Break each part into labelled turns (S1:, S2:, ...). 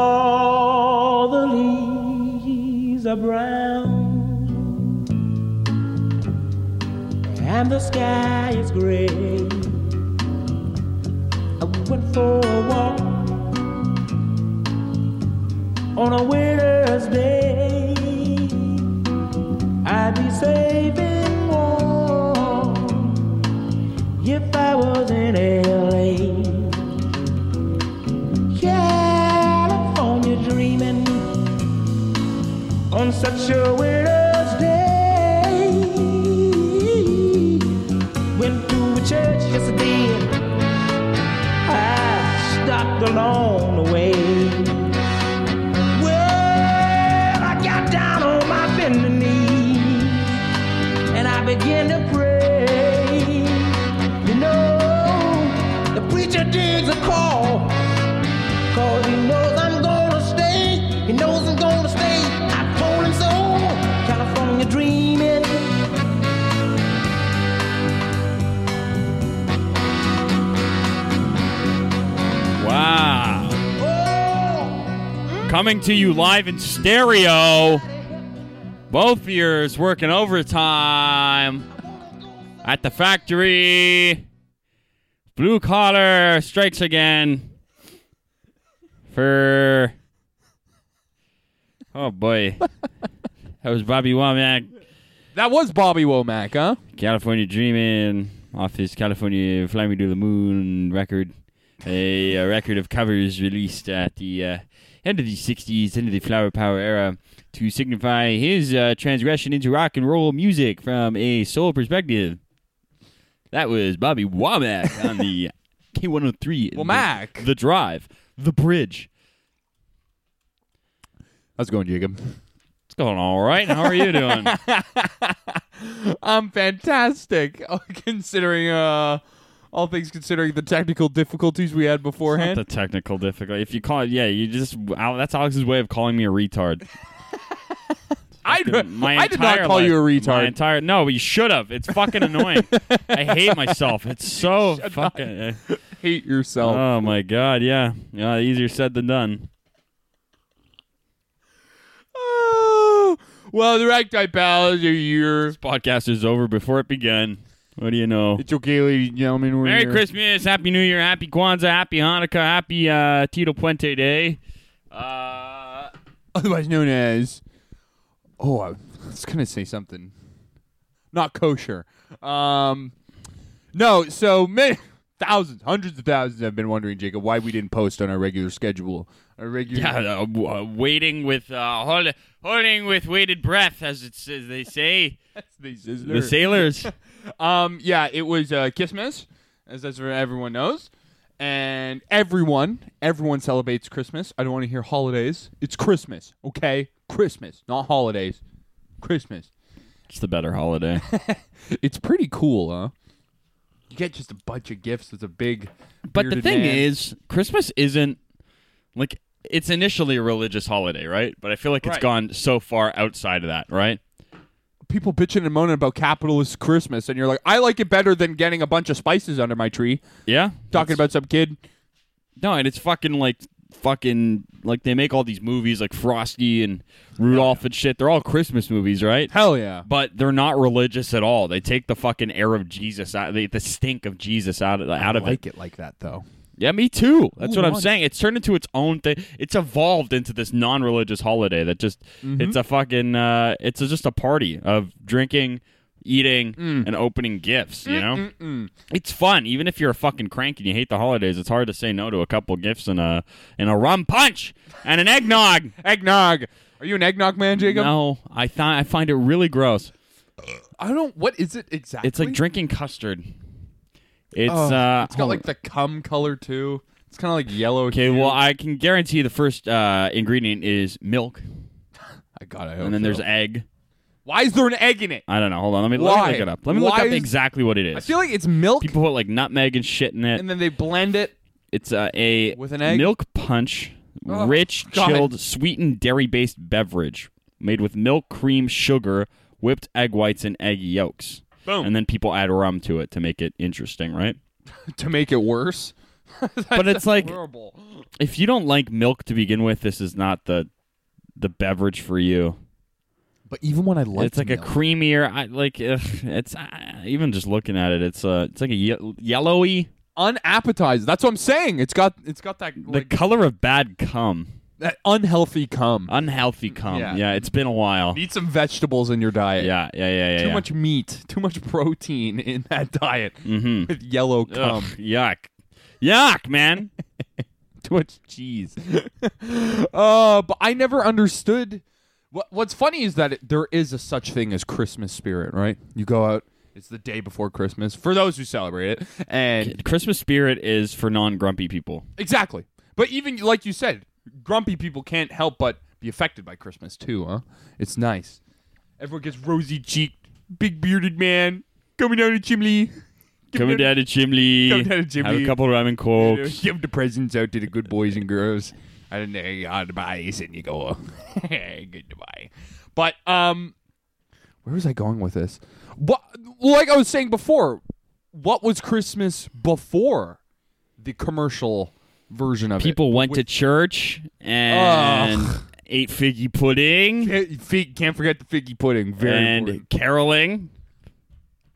S1: All the leaves are brown, and the sky is gray. I went for a walk on a winter's day. I'd be safe and warm if I was in LA. California dreaming on such a winter's day. Went to a church, yes I did. I stopped along the way. Well, I got down on my bending knee and I began to pray. You know, the preacher digs a call. Cause he knows I'm gonna stay. He knows I'm gonna stay. I told him so. California dreaming.
S2: Wow.
S1: Oh,
S2: Coming to you live in stereo. Both ears working overtime at the factory. Blue collar strikes again for. Oh boy. that was Bobby Womack.
S3: That was Bobby Womack, huh?
S2: California Dreamin' off his California Fly Me to the Moon record, a, a record of covers released at the uh, end of the 60s, end of the flower power era, to signify his uh, transgression into rock and roll music from a soul perspective. That was Bobby Womack on the K103.
S3: Womack.
S2: The, the Drive. The Bridge.
S3: How's it going, Jacob?
S2: It's going all right. How are you doing?
S3: I'm fantastic. Oh, Considering, uh, all things considering the technical difficulties we had
S2: Not
S3: beforehand.
S2: the technical difficulty. If you call it, yeah, you just Al- that's Alex's way of calling me a retard.
S3: I,
S2: My
S3: I did not
S2: entire
S3: call you a
S2: life- My
S3: retard.
S2: entire no, you should have. It's fucking annoying. I hate myself. It's so fucking. eh.
S3: Hate yourself.
S2: Oh my god, yeah, yeah. Easier said than done.
S3: Oh, well, the ragtime pals are here.
S2: This podcast is over before it began. What do you know?
S3: It's okay, ladies and gentlemen. We're
S2: Merry
S3: here.
S2: Christmas, Happy New Year, Happy Kwanzaa, Happy Hanukkah, Happy uh, Tito Puente Day. Uh,
S3: Otherwise known as. Oh, I was going to say something. Not kosher. Um, no, so many, thousands, hundreds of thousands have been wondering, Jacob, why we didn't post on our regular schedule. Our regular.
S2: yeah, uh, w- uh, waiting with uh, hold, holding with weighted breath, as it's as they say.
S3: That's the sizzler.
S2: The sailors.
S3: Um, yeah, it was uh, Christmas, as as everyone knows, and everyone everyone celebrates Christmas. I don't want to hear holidays. It's Christmas, okay? Christmas, not holidays. Christmas.
S2: it's the better holiday.
S3: It's pretty cool, huh? You get just a bunch of gifts with a big.
S2: But the
S3: bearded
S2: thing
S3: man.
S2: is, Christmas isn't like it's initially a religious holiday, right? But I feel like it's
S3: Right.
S2: gone so far outside of that, right?
S3: people bitching and moaning about capitalist Christmas, and you're like, I like it better than getting a bunch of spices under my tree.
S2: Yeah.
S3: Talking about some kid.
S2: No, and it's fucking like fucking like they make all these movies like Frosty and Rudolph and shit. They're all Christmas movies, right?
S3: Hell yeah.
S2: But they're not religious at all. They take the fucking air of Jesus out, they, the stink of Jesus out of out of it.
S3: like it like that though.
S2: Yeah, me too. That's
S3: Ooh,
S2: what I'm
S3: nice.
S2: saying. It's turned into its own thing. It's evolved into this non-religious holiday that just
S3: Mm-hmm.
S2: it's a fucking uh it's just a party of drinking, eating
S3: Mm.
S2: and opening gifts, you know? It's fun even if you're a fucking crank and you hate the holidays. It's hard to say no to a couple gifts and a and a rum punch and an eggnog.
S3: Eggnog. Are you an eggnog man, Jacob?
S2: no, I th- I find it really gross.
S3: I don't. What is it exactly?
S2: It's like drinking custard. It's
S3: Oh,
S2: uh
S3: it's got
S2: hold-
S3: like the cum color too. It's kind of like yellow.
S2: Okay, well, I can guarantee the first uh, ingredient is milk,
S3: I got it.
S2: and then there's egg,
S3: why is there an egg in it?
S2: I don't know. Hold on. Let me, let
S3: Why?
S2: me look it up. Let me
S3: Why
S2: look up
S3: is-
S2: exactly what it is.
S3: I feel like it's milk,
S2: People put like nutmeg and shit in it.
S3: and then they blend it.
S2: it's uh, a
S3: With an egg?
S2: milk punch,
S3: Oh,
S2: rich,
S3: God.
S2: chilled, sweetened, dairy-based beverage made with milk, cream, sugar, whipped egg whites, and egg yolks.
S3: Boom.
S2: And then people add rum to it to make it interesting, right?
S3: to make it worse.
S2: But it's like
S3: horrible.
S2: if you don't like milk to begin with, this is not the the beverage for you.
S3: But even when I like,
S2: it's like a creamier. I like if it's uh, even just looking at it. It's uh, it's like a ye- yellowy,
S3: unappetizing. That's what I'm saying. It's got it's got that
S2: the
S3: like,
S2: color of bad cum,
S3: that unhealthy cum.
S2: unhealthy cum.
S3: Mm, Yeah.
S2: Yeah, it's been a while.
S3: Eat some vegetables in your diet.
S2: Yeah, yeah, yeah, yeah.
S3: Too
S2: yeah.
S3: much meat, too much protein in that diet
S2: Mm-hmm.
S3: with yellow
S2: Ugh,
S3: cum,
S2: yuck, yuck, man.
S3: too much cheese. uh, but I never understood. What, what's funny is that it, there is a such thing as Christmas spirit, right? You go out, it's the day before Christmas for those who celebrate it, and
S2: Christmas spirit is for non-grumpy people.
S3: Exactly. But even like you said, grumpy people can't help but be affected by Christmas too, huh? It's nice. Everyone gets rosy cheeked, big bearded man coming down the chimney.
S2: Coming down the chimney,
S3: Come down the
S2: have
S3: chimney.
S2: a couple ramen cokes.
S3: Give the presents out to the good boys and girls. I don't know your advice, and you go, goodbye. But um, where was I going with this? What, like I was saying before, what was Christmas before the commercial version of it?
S2: People went to church and
S3: Ugh.
S2: ate figgy pudding
S3: Can't, fig, Eh, can't forget the figgy pudding. Very
S2: and
S3: important.
S2: caroling.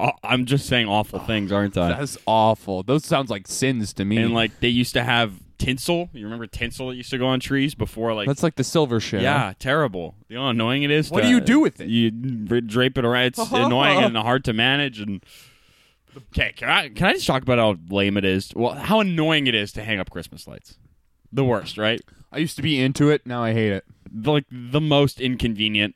S2: Oh, I'm just saying awful things, aren't I?
S3: That's awful. Those sounds like sins to me.
S2: and like they used to have tinsel. You remember tinsel that used to go on trees before, like
S3: that's like the silver shit.
S2: yeah, terrible. You know how annoying it is.
S3: What
S2: to-
S3: do you do with it?
S2: You r- drape it around. It's annoying and hard to manage. And okay, can I can I just talk about how lame it is? Well, how annoying it is to hang up Christmas lights. The worst, right?
S3: I used to be into it. Now I hate it.
S2: The- Like the most inconvenient.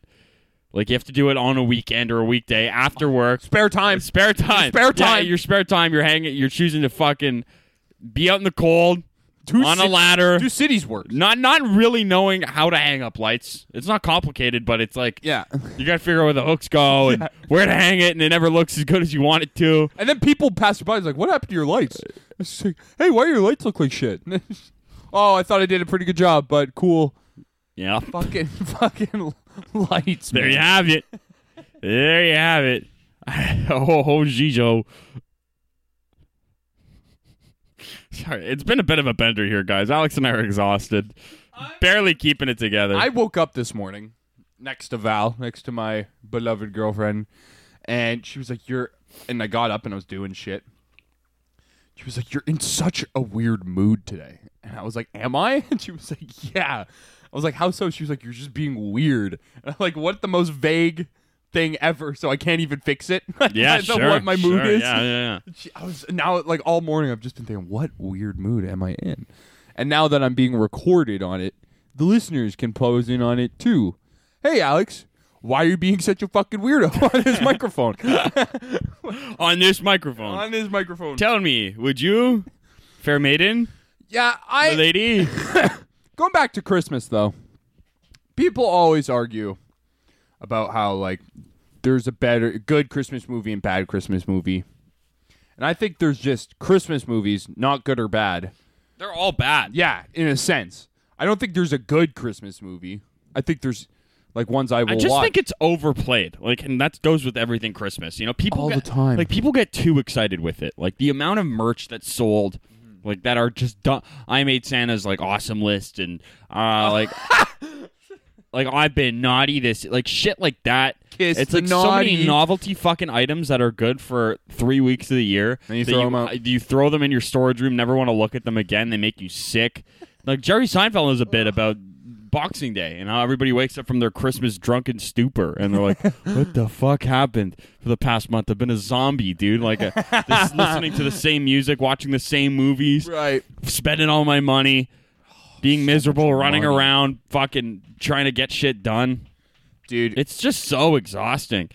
S2: Like you have to do it on a weekend or a weekday after work.
S3: Spare time.
S2: Spare time.
S3: Spare time.
S2: Yeah, your spare time. You're hanging. You're choosing to fucking be out in the cold
S3: Two
S2: on a
S3: cit-
S2: ladder.
S3: Two cities works.
S2: Not not really knowing how to hang up lights. It's not complicated, but it's like
S3: Yeah.
S2: you got to figure out where the hooks go and where to hang it, and it never looks as good as you want it to.
S3: And then people pass you by. It's like, what happened to your lights? It's like, hey, why do your lights look like shit? oh, I thought I did a pretty good job, but cool.
S2: Yeah,
S3: Fucking fucking lights.
S2: there
S3: man.
S2: you have it. There you have it. oh, oh, Gijo. Sorry, it's been a bit of a bender here, guys. Alex and I are exhausted, barely keeping it together.
S3: I woke up this morning next to Val, next to my beloved girlfriend, and she was like, "You're," and I got up and I was doing shit. She was like, "You're in such a weird mood today," and I was like, "Am I?" And she was like, "Yeah." I was like, "How so?" She was like, "You're just being weird." And I'm like, "What the most vague thing ever?" So I can't even fix it.
S2: yeah,
S3: I don't know
S2: sure.
S3: What my mood
S2: sure,
S3: is?
S2: Yeah, yeah, yeah.
S3: She- I was now like all morning. I've just been thinking, what weird mood am I in? And now that I'm being recorded on it, the listeners can pose in on it too. Hey, Alex, why are you being such a fucking weirdo on this microphone?
S2: On this microphone,
S3: on this microphone.
S2: tell me, would you, fair maiden,
S3: Yeah, I
S2: lady?
S3: going back to Christmas though. People always argue about how like there's a better good Christmas movie and bad Christmas movie. And I think there's just Christmas movies, not good or bad.
S2: They're all bad.
S3: Yeah, in a sense. I don't think there's a good Christmas movie. I think there's like ones I will
S2: I just
S3: watch.
S2: think it's overplayed. Like, and that goes with everything Christmas. You know, people
S3: All
S2: get-
S3: the time.
S2: Like, people get too excited with it. Like the amount of merch that's sold. Like that are just done. I made Santa's like awesome list and uh like like I've been naughty this like shit like that.
S3: Kiss
S2: it's
S3: the
S2: like so many
S3: naughty.
S2: novelty fucking items that are good for three weeks of the year.
S3: And you
S2: that
S3: throw 'em out.
S2: uh, You throw them in your storage room. Never want to look at them again. They make you sick. Like Jerry Seinfeld is a bit about Boxing Day and how everybody wakes up from their Christmas drunken stupor and they're like, "What the fuck happened for the past month? I've been a zombie, dude. Like, uh, just listening to the same music, watching the same movies,
S3: right. Oh,
S2: spending all my money." Being miserable, running
S3: money.
S2: around, fucking trying to get shit done.
S3: Dude,
S2: It's just so exhausting.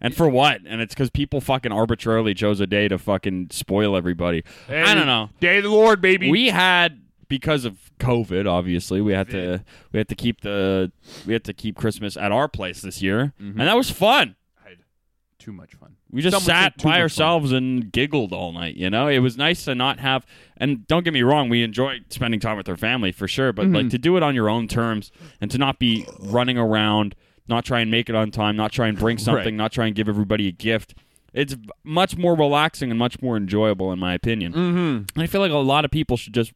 S2: And for what? And it's because people fucking arbitrarily chose a day to fucking spoil everybody. I don't know.
S3: Day of the Lord, baby.
S2: We had because of COVID, obviously, we had to we had to keep the we had to keep Christmas at our place this year, and that was fun.
S3: too much fun.
S2: We just
S3: Someone said
S2: sat
S3: too much
S2: by
S3: fun.
S2: ourselves and giggled all night. You know, it was nice to not have. And don't get me wrong, we enjoy spending time with our family for sure. But
S3: Mm-hmm.
S2: like to do it on your own terms and to not be running around, not try and make it on time, not try and bring something, not try and give everybody a gift. It's much more relaxing and much more enjoyable, in my opinion.
S3: Mm-hmm.
S2: And I feel like a lot of people should just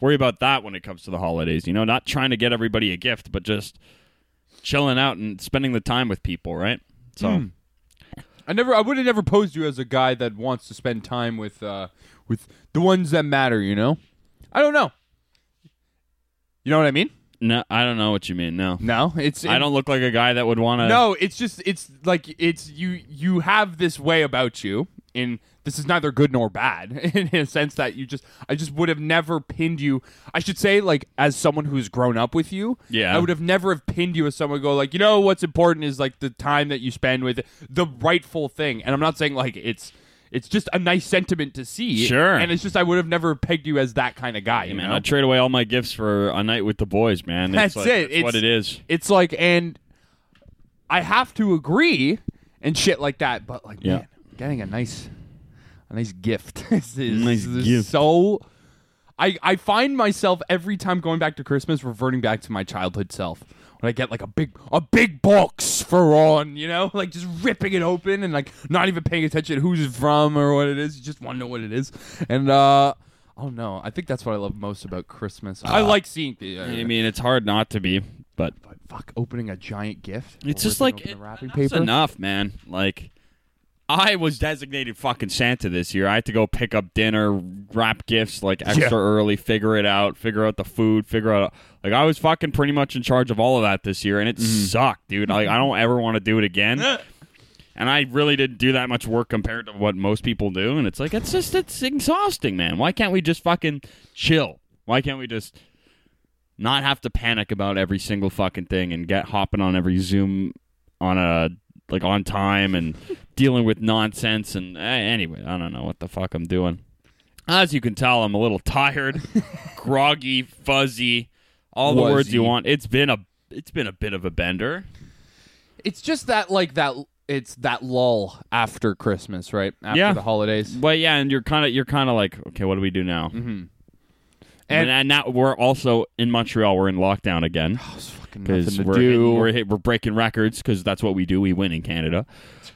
S2: worry about that when it comes to the holidays. You know, not trying to get everybody a gift, but just chilling out and spending the time with people, right? So
S3: Hmm. I never, I would have never posed you as a guy that wants to spend time with, uh, with the ones that matter. You know, I don't know. You know what I mean?
S2: no, I don't know what you mean. No,
S3: No, it's.
S2: I don't look like a guy that would want to.
S3: No, it's just, it's like it's you. You have this way about you, and this is neither good nor bad in a sense that you just, I just would have never pinned you. I should say, like, as someone who's grown up with you,
S2: Yeah.
S3: I would have never have pinned you as someone who go like, you know, what's important is like the time that you spend with the rightful thing, and I'm not saying like it's. It's just a nice sentiment to see.
S2: Sure.
S3: And it's just, I would have never pegged you as that kind of guy. you
S2: man,
S3: know?
S2: I trade away all my gifts for a night with the boys, man. It's
S3: That's
S2: like-
S3: it.
S2: That's what it is.
S3: It's like, and I have to agree and shit like that. But like,
S2: Yeah.
S3: man, getting a nice, a nice gift is, is,
S2: Nice
S3: is
S2: gift.
S3: so. I I find myself every time going back to Christmas, reverting back to my childhood self when I get like a big a big box for on, you know, like just ripping it open and like not even paying attention to who's it from or what it is. You just want to know what it is, and uh. Oh no! I think that's what I love most about Christmas.
S2: Uh,
S3: I like seeing. uh, the-
S2: I mean, it's hard not to be, but
S3: but fuck, opening a giant gift.
S2: it's
S3: or
S2: just
S3: ripping
S2: like
S3: open
S2: it,
S3: the wrapping
S2: enough's
S3: paper.
S2: enough, man. Like I was designated fucking Santa this year. I had to go pick up dinner, wrap gifts like extra early, figure it out, figure out the food, figure out like I was fucking pretty much in charge of all of that this year, and it
S3: Mm-hmm.
S2: sucked, dude. Like I don't ever want to do it again. And I really didn't do that much work compared to what most people do, and it's like it's just it's exhausting, man. Why can't we just fucking chill? Why can't we just not have to panic about every single fucking thing and get hopping on every Zoom on a like on time and dealing with nonsense and eh, anyway, I don't know what the fuck I'm doing. As you can tell, I'm a little tired, groggy, fuzzy, all the words you
S3: Wuzzy.
S2: want. It's been a it's been a bit of a bender.
S3: It's just that like that. It's that lull after Christmas, right? After
S2: Yeah.
S3: the holidays.
S2: But yeah, and you're kind of you're kind of like, okay, what do we do now? Mm-hmm.
S3: And-
S2: And, and now we're also in Montreal. We're in lockdown again.
S3: It's fucking
S2: because
S3: nothing to
S2: we're
S3: do.
S2: hitting- we're hit, we're breaking records because that's what we do. We win in Canada,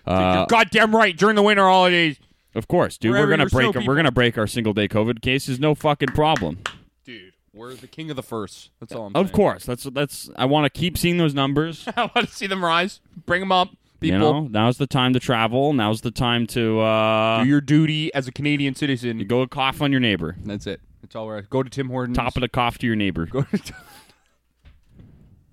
S2: uh,
S3: You're goddamn right. During the winter holidays,
S2: of course, dude.
S3: Wherever
S2: we're gonna
S3: your snow
S2: break
S3: people-
S2: we're gonna break our single day COVID cases. No fucking problem.
S3: dude. We're the king of the first. That's all I'm.
S2: Of course, that's that's. I want to keep seeing those numbers.
S3: I want to see them rise. Bring them up, people.
S2: You know, now's the time to travel. Now's the time to uh,
S3: do your duty as a Canadian citizen.
S2: go cough on your neighbor.
S3: That's it. That's all we're. Go to Tim Hortons.
S2: Top of the cough to your neighbor. Go,
S3: Go to.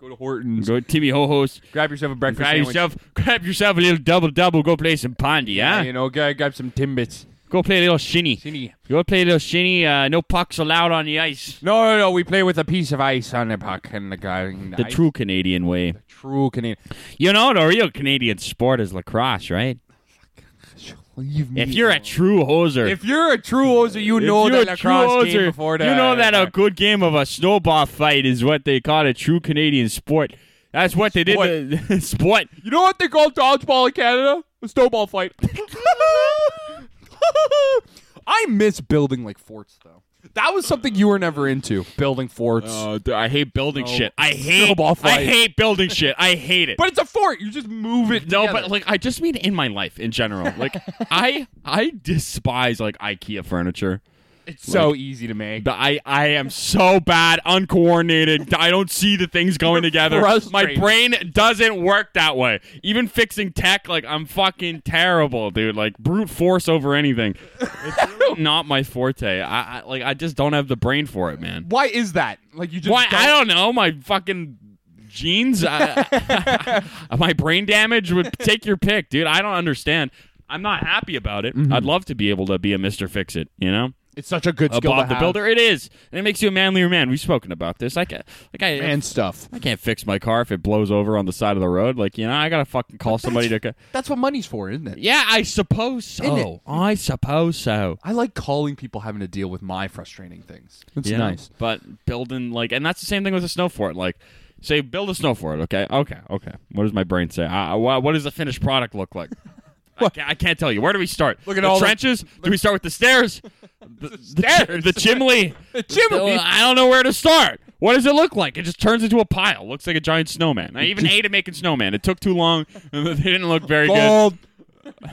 S3: go to Hortons.
S2: to Timmy Ho Ho's.
S3: Grab yourself a breakfast.
S2: Grab
S3: sandwich.
S2: yourself, grab yourself a little double double. Go play some pondy, huh?
S3: You know, grab, grab some Timbits.
S2: Go play a little shinny.
S3: Shinny.
S2: Go play a little shinny. Uh, no pucks allowed on the ice.
S3: No, no, no. We play with a piece of ice on the puck and the guy. and
S2: The
S3: ice-
S2: true Canadian way.
S3: true Canadian.
S2: You know, the real Canadian sport is lacrosse, right?
S3: Leave me.
S2: If you're a true hoser,
S3: if you're a true hoser, you
S2: if
S3: know
S2: you're
S3: that
S2: a true
S3: lacrosse game
S2: hoser,
S3: before that.
S2: you know that a good game of a snowball fight is what they call a true Canadian sport. That's what they did. to- sport.
S3: you know what they call dodgeball in Canada? A snowball fight. I miss building like forts though. That was something you were never into, building forts.
S2: Oh, I hate building shit. I hate.
S3: Snowball
S2: I
S3: fight.
S2: hate building shit. I hate it.
S3: but it's a fort. You just move it.
S2: No,
S3: together.
S2: but like I just mean in my life in general. Like I I despise like IKEA furniture.
S3: it's so easy to make.
S2: But I I am so bad, uncoordinated. I don't see the things going together. My
S3: frustrated.
S2: brain doesn't work that way. Even fixing tech, like I'm fucking terrible, dude. Like brute force over anything. It's really not my forte. I, I like I just don't have the brain for it, man.
S3: Why is that? Like you just
S2: Why?
S3: don't-
S2: I don't know. My fucking genes. I, my brain damage would take your pick, dude. I don't understand. I'm not happy about
S3: Mm-hmm.
S2: it. I'd love to be able to be a Mister Fix It. You know,
S3: It's such a good
S2: a
S3: skill to
S2: Bob the
S3: have.
S2: Builder. It is, and it makes you a manlier man. We've spoken about this. I can't, like I,
S3: and stuff.
S2: I can't fix my car if it blows over on the side of the road. Like you know, I gotta fucking call somebody to. co-
S3: That's what money's for, isn't it?
S2: Yeah, I suppose
S3: Isn't
S2: so.
S3: it?
S2: I suppose so.
S3: I like calling people having to deal with my frustrating things. It's
S2: Yeah, But building like, and that's the same thing with a snow fort. Like, say build a snow fort. Okay, okay, okay. What does my brain say? Uh, wha- what does the finished product look like? I, can't, I can't tell you. Where do we start?
S3: Look at
S2: the
S3: all the-
S2: trenches. do we start with the stairs? The, stairs. The, chimney. the
S3: chimney.
S2: I don't know where to start. What does it look like? It just turns into a pile. Looks like a giant snowman. I even ate at making snowman. It took too long. They didn't look very good.
S3: Bald.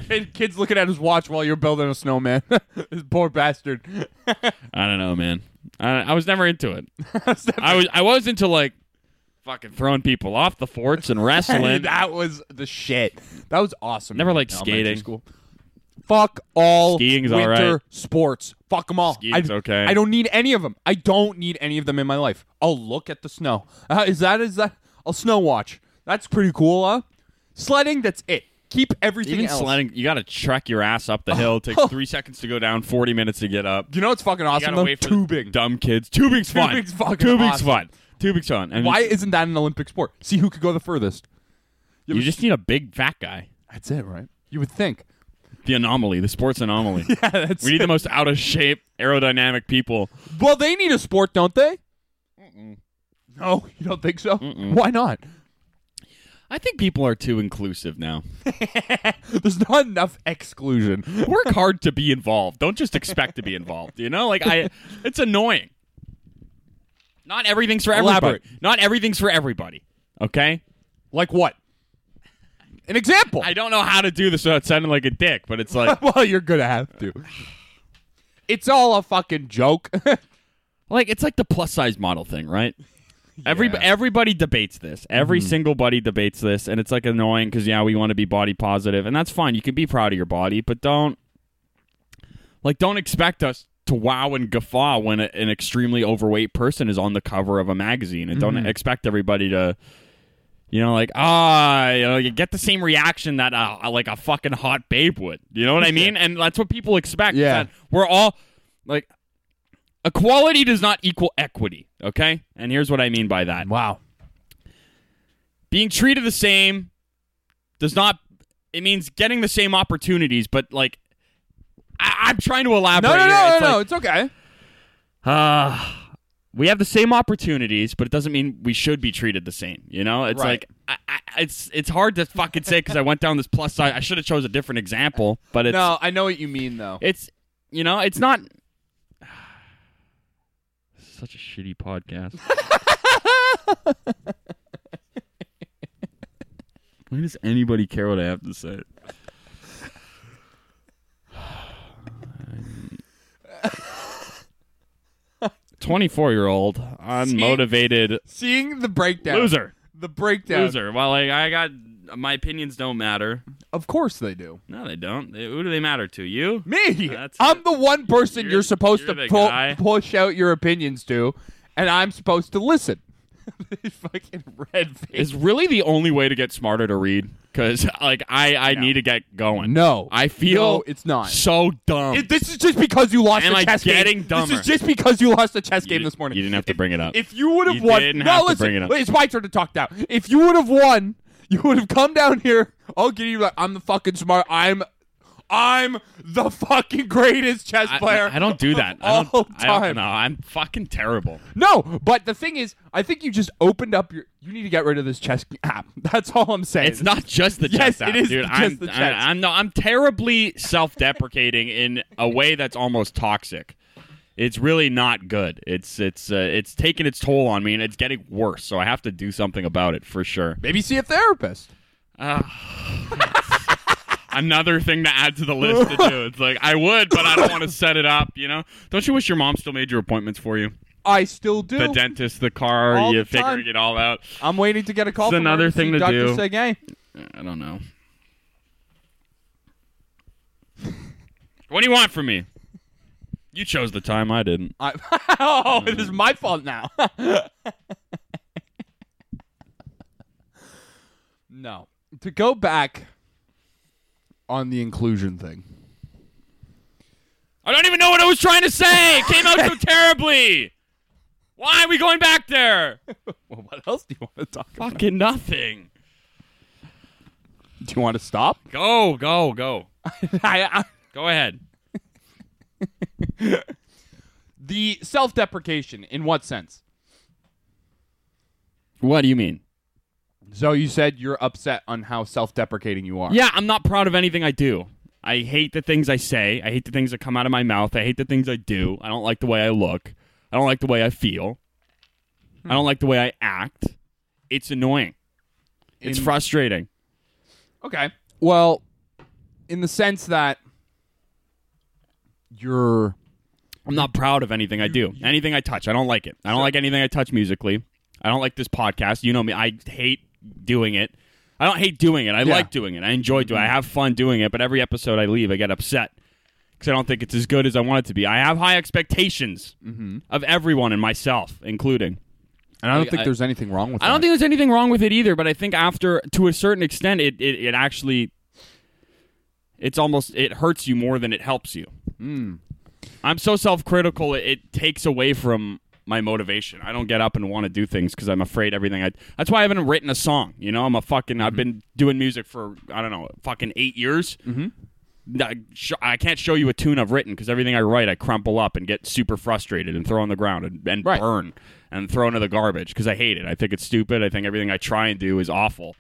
S3: And kid's looking at his watch while you're building a snowman. this poor bastard.
S2: I don't know, man. I, I was never into it. I was I was into like fucking throwing people off the forts and wrestling.
S3: that was the shit. That was awesome.
S2: Never
S3: in
S2: liked
S3: elementary
S2: skating.
S3: School. Fuck all
S2: Skiing's all
S3: winter
S2: right.
S3: sports. Fuck them all.
S2: Skiing's
S3: I,
S2: okay.
S3: I don't need any of them. I don't need any of them in my life. I'll look at the snow. Uh, is that is that? I'll snow watch. That's pretty cool. Huh? Sledding. That's it. Keep everything
S2: Even
S3: else. Oh.
S2: sledding, you got to trek your ass up the hill. It takes three seconds to go down, forty minutes to get up.
S3: You know what's fucking
S2: You
S3: awesome
S2: gotta
S3: though?
S2: wait for
S3: Tubing.
S2: dumb kids. Tubing's fun.
S3: Tubing's fucking
S2: Tubing's
S3: awesome.
S2: fun. Tubing's fun. And
S3: Why isn't that an Olympic sport? See who could go the furthest.
S2: You just need a big fat guy.
S3: That's it, right? You would think.
S2: The anomaly, the sports anomaly.
S3: Yeah, that's
S2: We need the most out of shape, aerodynamic people.
S3: Well, they need a sport, don't they? No, you don't think so? Why not?
S2: I think people are too inclusive now.
S3: There's not enough exclusion.
S2: Work hard to be involved. Don't just expect to be involved. You know, like I, it's annoying. Not everything's for everybody.
S3: Elaborate.
S2: Not everything's for everybody. Okay.
S3: Like what? An example.
S2: I don't know how to do this without sounding like a dick, but it's like,
S3: well, you're gonna have to. It's all a fucking joke.
S2: like it's like the plus size model thing, right? Every
S3: Yeah. Mm-hmm.
S2: everybody debates this. Every single buddy debates this, and it's like annoying because yeah, we want to be body positive, and that's fine. You can be proud of your body, but don't like don't expect us to wow and guffaw when a, an extremely overweight person is on the cover of a magazine, and
S3: Mm-hmm.
S2: don't expect everybody to. You know, like ah, you know, you get the same reaction that uh, like a fucking hot babe would. You know what I mean? And that's what people expect. is
S3: Yeah.
S2: that we're all like equality does not equal equity. Okay, and here's what I mean by that:
S3: wow.
S2: being treated the same does not. It means getting the same opportunities, but like I, I'm trying to elaborate.
S3: No, no, no,
S2: here.
S3: no,
S2: It's
S3: no.
S2: like,
S3: It's okay.
S2: ah, we have the same opportunities, but it doesn't mean we should be treated the same. You know, it's
S3: Right.
S2: like I, I, it's it's hard to fucking say because I went down this plus side. I should have chose a different example, but it's
S3: No, I know what you mean though.
S2: it's you know it's not. Such a shitty podcast. Why does anybody care what I have to say? Twenty-four-year-old unmotivated
S3: Seeing the breakdown.
S2: loser,
S3: The breakdown.
S2: loser. Well, like I got my opinions don't matter.
S3: Of course they do.
S2: No, they don't. They, who do they matter to? You?
S3: Me.
S2: That's
S3: I'm
S2: it.
S3: the one person you're,
S2: You're-
S3: supposed
S2: you're
S3: to
S2: the
S3: pu-
S2: guy.
S3: push out your opinions to, and I'm supposed to listen. Fucking red face.
S2: is really the only way to get smarter to read because like i i need to get going
S3: No.
S2: i feel
S3: No, it's not.
S2: so dumb
S3: It- this is just because you lost
S2: Am
S3: the
S2: I
S3: chess
S2: getting
S3: game.
S2: dumber?
S3: This is just because you lost the chess game
S2: di-
S3: this morning.
S2: you didn't have to
S3: If-
S2: bring it up.
S3: If you would have
S2: You
S3: won,
S2: didn't
S3: no,
S2: have to
S3: listen.
S2: bring it up.
S3: wait, It's my turn to talk now. If you would have won, you would have come down here. I'll get you. Like, I'm the fucking smart. I'm, I'm the fucking greatest chess
S2: I,
S3: player.
S2: I don't do
S3: of
S2: that i
S3: all
S2: don't i
S3: time.
S2: don't know i'm fucking terrible
S3: No, but the thing is, I think you just opened up your. You need to get rid of this chess app. That's all I'm saying.
S2: it's not just the
S3: Yes,
S2: chest app,
S3: it is
S2: dude
S3: just
S2: i'm
S3: the
S2: I'm,
S3: chest.
S2: I'm no i'm terribly self-deprecating in a way that's almost toxic it's really not good. It's it's uh, it's taking its toll on me, and it's getting worse. So I have to do something about it for sure.
S3: Maybe see a therapist.
S2: another thing to add to the list to do. It's like I would, but I don't want to set it up. You know? Don't you wish your mom still made your appointments for you?
S3: I still do.
S2: The dentist, the car,
S3: All
S2: you
S3: the time.
S2: figuring it all out.
S3: I'm waiting to get a call.
S2: It's
S3: from her
S2: another
S3: to
S2: thing
S3: see
S2: to
S3: Dr.
S2: do.
S3: Segay.
S2: I don't know. what do you want from me? You chose the time. I didn't.
S3: I, oh, it is my fault now. no. To go back on the inclusion thing.
S2: I don't even know what I was trying to say. It came out so terribly. Why are we going back there?
S3: Well, what else do you want to talk about?
S2: Fucking nothing.
S3: Do you want to stop?
S2: Go, go, go.
S3: I, I,
S2: Go ahead.
S3: the self deprecation, in what sense?
S2: What do you mean?
S3: So you said you're upset on how self deprecating you are.
S2: Yeah, I'm not proud of anything I do. I hate the things I say. I hate the things that come out of my mouth. I hate the things I do. I don't like the way I look. I don't like the way I feel. I
S3: Hmm.
S2: don't like the way I act. It's annoying. It's
S3: In-
S2: frustrating.
S3: Okay. Well, in the sense that you're
S2: I'm not proud of anything I do. Anything I touch, I don't like it. I don't like anything I touch musically. I don't like this podcast. You know me. I hate doing it. I don't hate doing it. I
S3: Yeah.
S2: like doing it. I enjoy doing it. I have fun doing it, but every episode I leave, I get upset because I don't think it's as good as I want it to be. I have high expectations of everyone and myself, including.
S3: and I don't
S2: Like,
S3: think
S2: I-
S3: there's anything wrong with
S2: I don't
S3: that.
S2: think there's anything wrong with it either, but I think after, to a certain extent, it, it, it actually, it's almost, it hurts you more than it helps you. I'm so self critical, it, it takes away from my motivation. I don't get up and want to do things because I'm afraid everything I, that's why I haven't written a song. You know, I'm a fucking,
S3: Mm-hmm.
S2: I've been doing music for, I don't know, fucking eight years. Mm-hmm. I can't show you a tune I've written because everything I write, I crumple up and get super frustrated and throw on the ground and, and
S3: Right.
S2: burn and throw into the garbage because I hate it. I think it's stupid. I think everything I try and do is awful.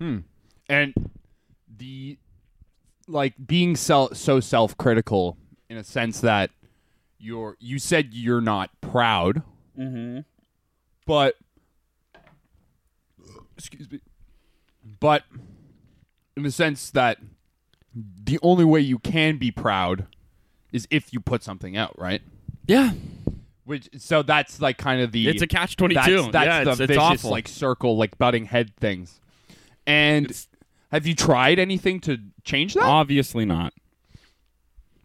S3: and the like being so, so self-critical in a sense that you're you said you're not proud mm-hmm. but excuse me but in the sense that the only way you can be proud is if you put something out right
S2: Yeah.
S3: which so that's like kind of the
S2: It's a catch 22.
S3: That's, that's
S2: Yeah,
S3: the
S2: it's- it's
S3: vicious
S2: awful.
S3: like circle like butting head things. And have you tried anything to change that?
S2: Obviously not.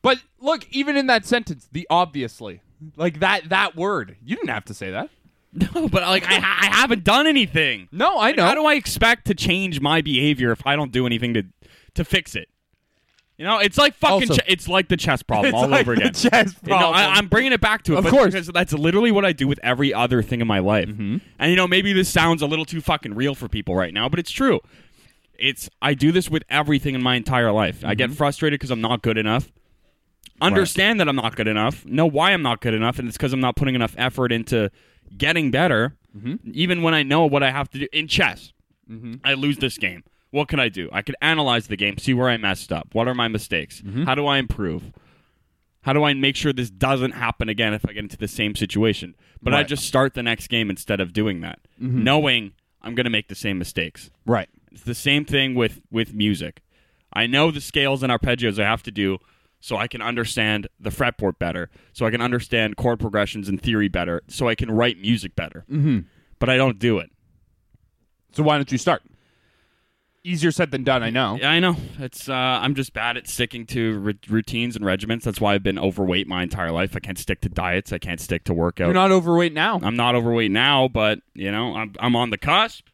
S3: but look, even in that sentence, the obviously, like that that word, you didn't have to say that.
S2: No, but like I, ha- I haven't done anything.
S3: No, I know.
S2: How do I expect to change my behavior if I don't do anything to to fix it? You know, it's like fucking.
S3: Also-
S2: che- it's like the chess problem
S3: It's
S2: all
S3: like
S2: over
S3: the
S2: again.
S3: chess
S2: You know,
S3: problem.
S2: I, I'm bringing it back to it,
S3: Of
S2: but
S3: course. Mm-hmm.
S2: because that's literally what I do with every other thing in my life. And you know, maybe this sounds a little too fucking real for people right now, but it's true. It's I do this with everything in my entire life. I
S3: Mm-hmm.
S2: get frustrated because I'm not good enough. Understand that I'm not good enough. Know why I'm not good enough, and it's because I'm not putting enough effort into getting better.
S3: Mm-hmm.
S2: Even when I know what I have to do in chess, I lose this game. What can I do? I can analyze the game, see where I messed up. What are my mistakes? How do I improve? How do I make sure this doesn't happen again if I get into the same situation? But I
S3: Right.
S2: just start the next game instead of doing that, knowing I'm going to make the same mistakes.
S3: Right.
S2: It's the same thing with with music. I know the scales and arpeggios I have to do so I can understand the fretboard better, so I can understand chord progressions and theory better, so I can write music better. Mm-hmm. But I don't do it.
S3: So why don't you start? Easier said than done, I know.
S2: Yeah, I know. It's uh, I'm just bad at sticking to r- routines and regimens. That's why I've been overweight my entire life. I can't stick to diets. I can't stick to workout.
S3: You're not overweight now.
S2: I'm not overweight now, but you know, I'm I'm on the cusp.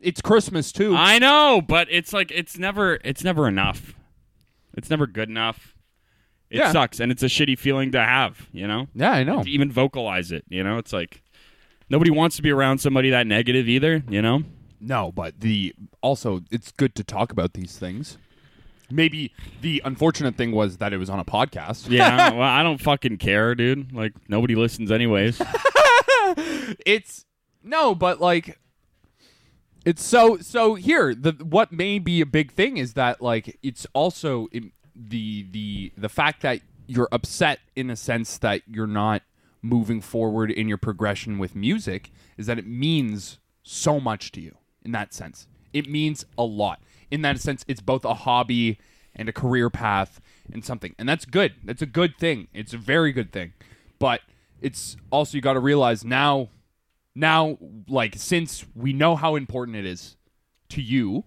S3: It's Christmas too.
S2: I know, but it's like it's never it's never enough. It's never good enough. It
S3: Yeah.
S2: sucks, and it's a shitty feeling to have. You know,
S3: yeah, I know.
S2: to even vocalize it. You know, it's like nobody wants to be around somebody that negative either. You know,
S3: No, but the also it's good to talk about these things. Maybe the unfortunate thing was that it was on a podcast.
S2: yeah. well, I don't fucking care, dude. Like nobody listens anyways.
S3: it's no, but like it's so so here the what may be a big thing is that like it's also im- the the the fact that you're upset in a sense that you're not moving forward in your progression with music is that it means so much to you in that sense. It means a lot. In that sense it's both a hobby and a career path and something. And that's good. That's a good thing. It's a very good thing. But it's also you got to realize now now like since we know how important it is to you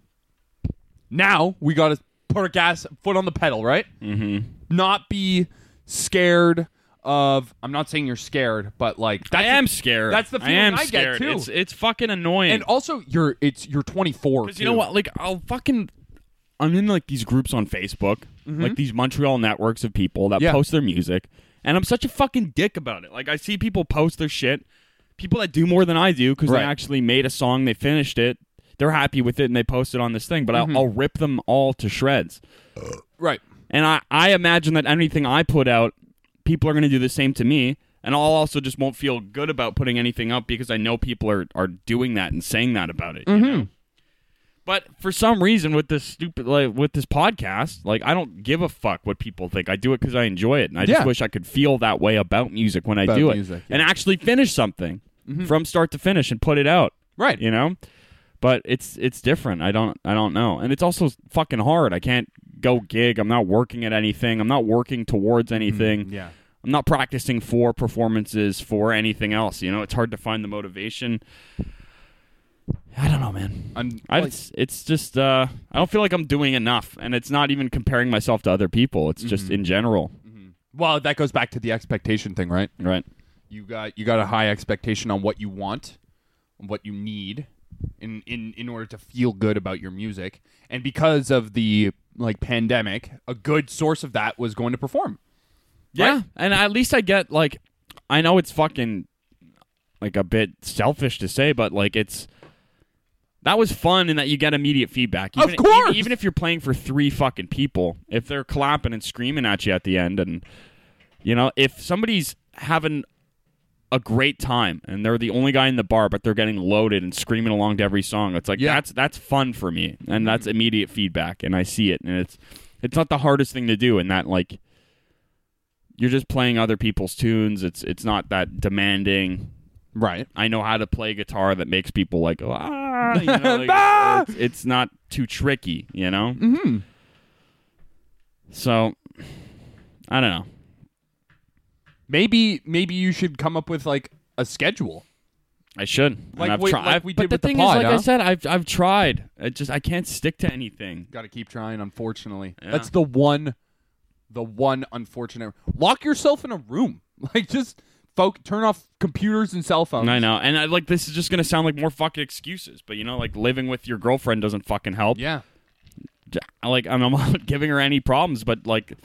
S3: now we gotta put our gas foot on the pedal right mm-hmm. not be scared of i'm not saying you're scared but like
S2: I
S3: that's
S2: am scared.
S3: that's the feeling
S2: I am
S3: I get,
S2: scared.
S3: too.
S2: It's it's fucking annoying.
S3: and also you're it's you're 24
S2: Because you know
S3: too.
S2: what? Like, I'll fucking. I'm in like these groups on Facebook, like these Montreal networks of people that
S3: Yeah.
S2: post their music, and I'm such a fucking dick about it. Like, I see people post their shit, people that do more than I do because
S3: Right.
S2: they actually made a song, they finished it, they're happy with it, and they post it on this thing. But I'll, I'll rip them all to shreds.
S3: right
S2: And I, I imagine that anything I put out, people are going to do the same to me. And I'll also just won't feel good about putting anything up because I know people are, are doing that and saying that about it.
S3: Mm-hmm.
S2: You know? But for some reason, with this stupid, like with this podcast, like I don't give a fuck what people think. I do it because I enjoy it, and I
S3: Yeah.
S2: just wish I could feel that way about music when I
S3: About
S2: do it
S3: music,
S2: and
S3: yeah. Mm-hmm.
S2: actually finish something from start to finish and put it out
S3: right
S2: you know but it's it's different i don't i don't know and it's also fucking hard i can't go gig. I'm not working at anything. I'm not working towards anything.
S3: Yeah.
S2: I'm not practicing for performances for anything else. You know, it's hard to find the motivation. I don't know, man.
S3: I'm,
S2: I,
S3: like-
S2: it's, it's just uh, I don't feel like I'm doing enough, and it's not even comparing myself to other people. It's just in general,
S3: well, that goes back to the expectation thing, right?
S2: right?
S3: You got you got a high expectation on what you want, on what you need, in in in order to feel good about your music. And because of the like pandemic, a good source of that was going to perform.
S2: Yeah, and at least I get like I know it's fucking like a bit selfish to say, but like it's that was fun in that you get immediate feedback.
S3: Of
S2: Even, even-
S3: course!
S2: even, if you're playing for three fucking people, if they're clapping and screaming at you at the end, and you know if somebody's having a great time and they're the only guy in the bar, but they're getting loaded and screaming along to every song, it's like
S3: Yeah. Mm-hmm.
S2: that's that's fun for me, and that's immediate feedback, and I see it, and it's it's not the hardest thing to do, and that like you're just playing other people's tunes. It's it's not that demanding.
S3: Right.
S2: I know how to play guitar that makes people like ah. You know, like,
S3: Ah!
S2: It's, it's not too tricky, you know. Mm-hmm. So I don't know.
S3: Maybe maybe you should come up with like a schedule.
S2: I should. And
S3: Like
S2: I've
S3: we-
S2: tri-
S3: like
S2: I've-
S3: we
S2: but
S3: did
S2: the
S3: with the
S2: thing
S3: pod,
S2: is, like
S3: huh?
S2: I said, I've I've tried. I just I can't stick to anything.
S3: Got to keep trying. Unfortunately,
S2: Yeah.
S3: that's the one, the one unfortunate. Lock yourself in a room. Like just folk, turn off computers and cell phones.
S2: I know, and I like this is just gonna sound like more fucking excuses. But you know, like living with your girlfriend doesn't fucking help.
S3: Yeah.
S2: I, like I'm, I'm not giving her any problems, but like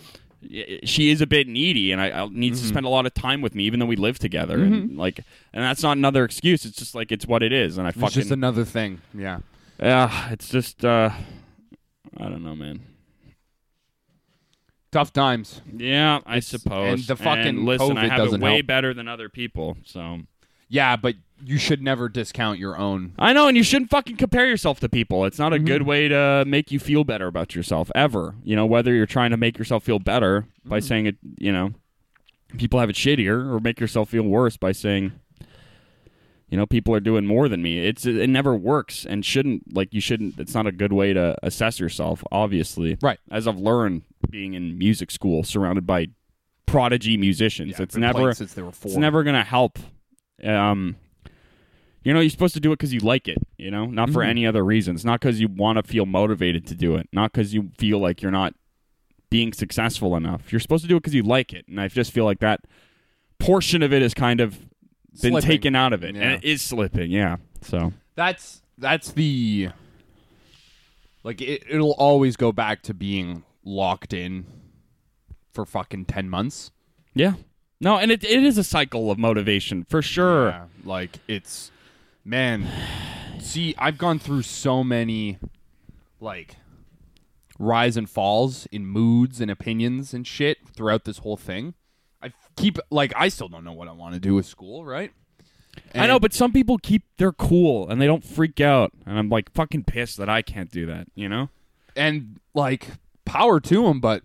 S2: y- she is a bit needy, and I, I needs
S3: Mm-hmm.
S2: to spend a lot of time with me, even though we live together. And like, and that's not another excuse. It's just like it's what it is, and I
S3: It's just
S2: fucking
S3: another thing. Yeah.
S2: yeah. It's just uh, I don't know, man.
S3: Tough times.
S2: Yeah, I suppose.
S3: and the fucking
S2: listen, I
S3: COVID
S2: have it
S3: doesn't
S2: way
S3: help.
S2: better than other people, so
S3: Yeah, but you should never discount your own.
S2: I know. And you shouldn't fucking compare yourself to people. It's not a good
S3: Mm-hmm.
S2: way to make you feel better about yourself ever. You know, whether you're trying to make yourself feel better
S3: Mm-hmm.
S2: by saying it, you know, people have it shittier, or make yourself feel worse by saying, you know, people are doing more than me. It's it never works and shouldn't like you shouldn't. It's not a good way to assess yourself. Obviously,
S3: Right.
S2: As I've learned being in music school, surrounded by prodigy musicians,
S3: Yeah,
S2: it's
S3: I've been playing
S2: never
S3: since they were four.
S2: it's never gonna help. Um, you know, you're supposed to do it because you like it. You know, not
S3: Mm-hmm.
S2: for any other reason. It's not because you want to feel motivated to do it. Not because you feel like you're not being successful enough. You're supposed to do it because you like it. And I just feel like that portion of it has kind of been
S3: Slipping.
S2: taken out of it,
S3: Yeah.
S2: and it is slipping. Yeah. So
S3: That's that's the. Like it, it'll always go back to being locked in for fucking ten months.
S2: yeah. No, and it, it is a cycle of motivation for sure.
S3: Yeah, like it's man. See, I've gone through so many like rise and falls in moods and opinions and shit throughout this whole thing. I keep like I still don't know what I want to do with school, right?
S2: I know,
S3: And-
S2: but some people keep their cool and they don't freak out, and I'm like fucking pissed that I can't do that. You know.
S3: and like power to him, but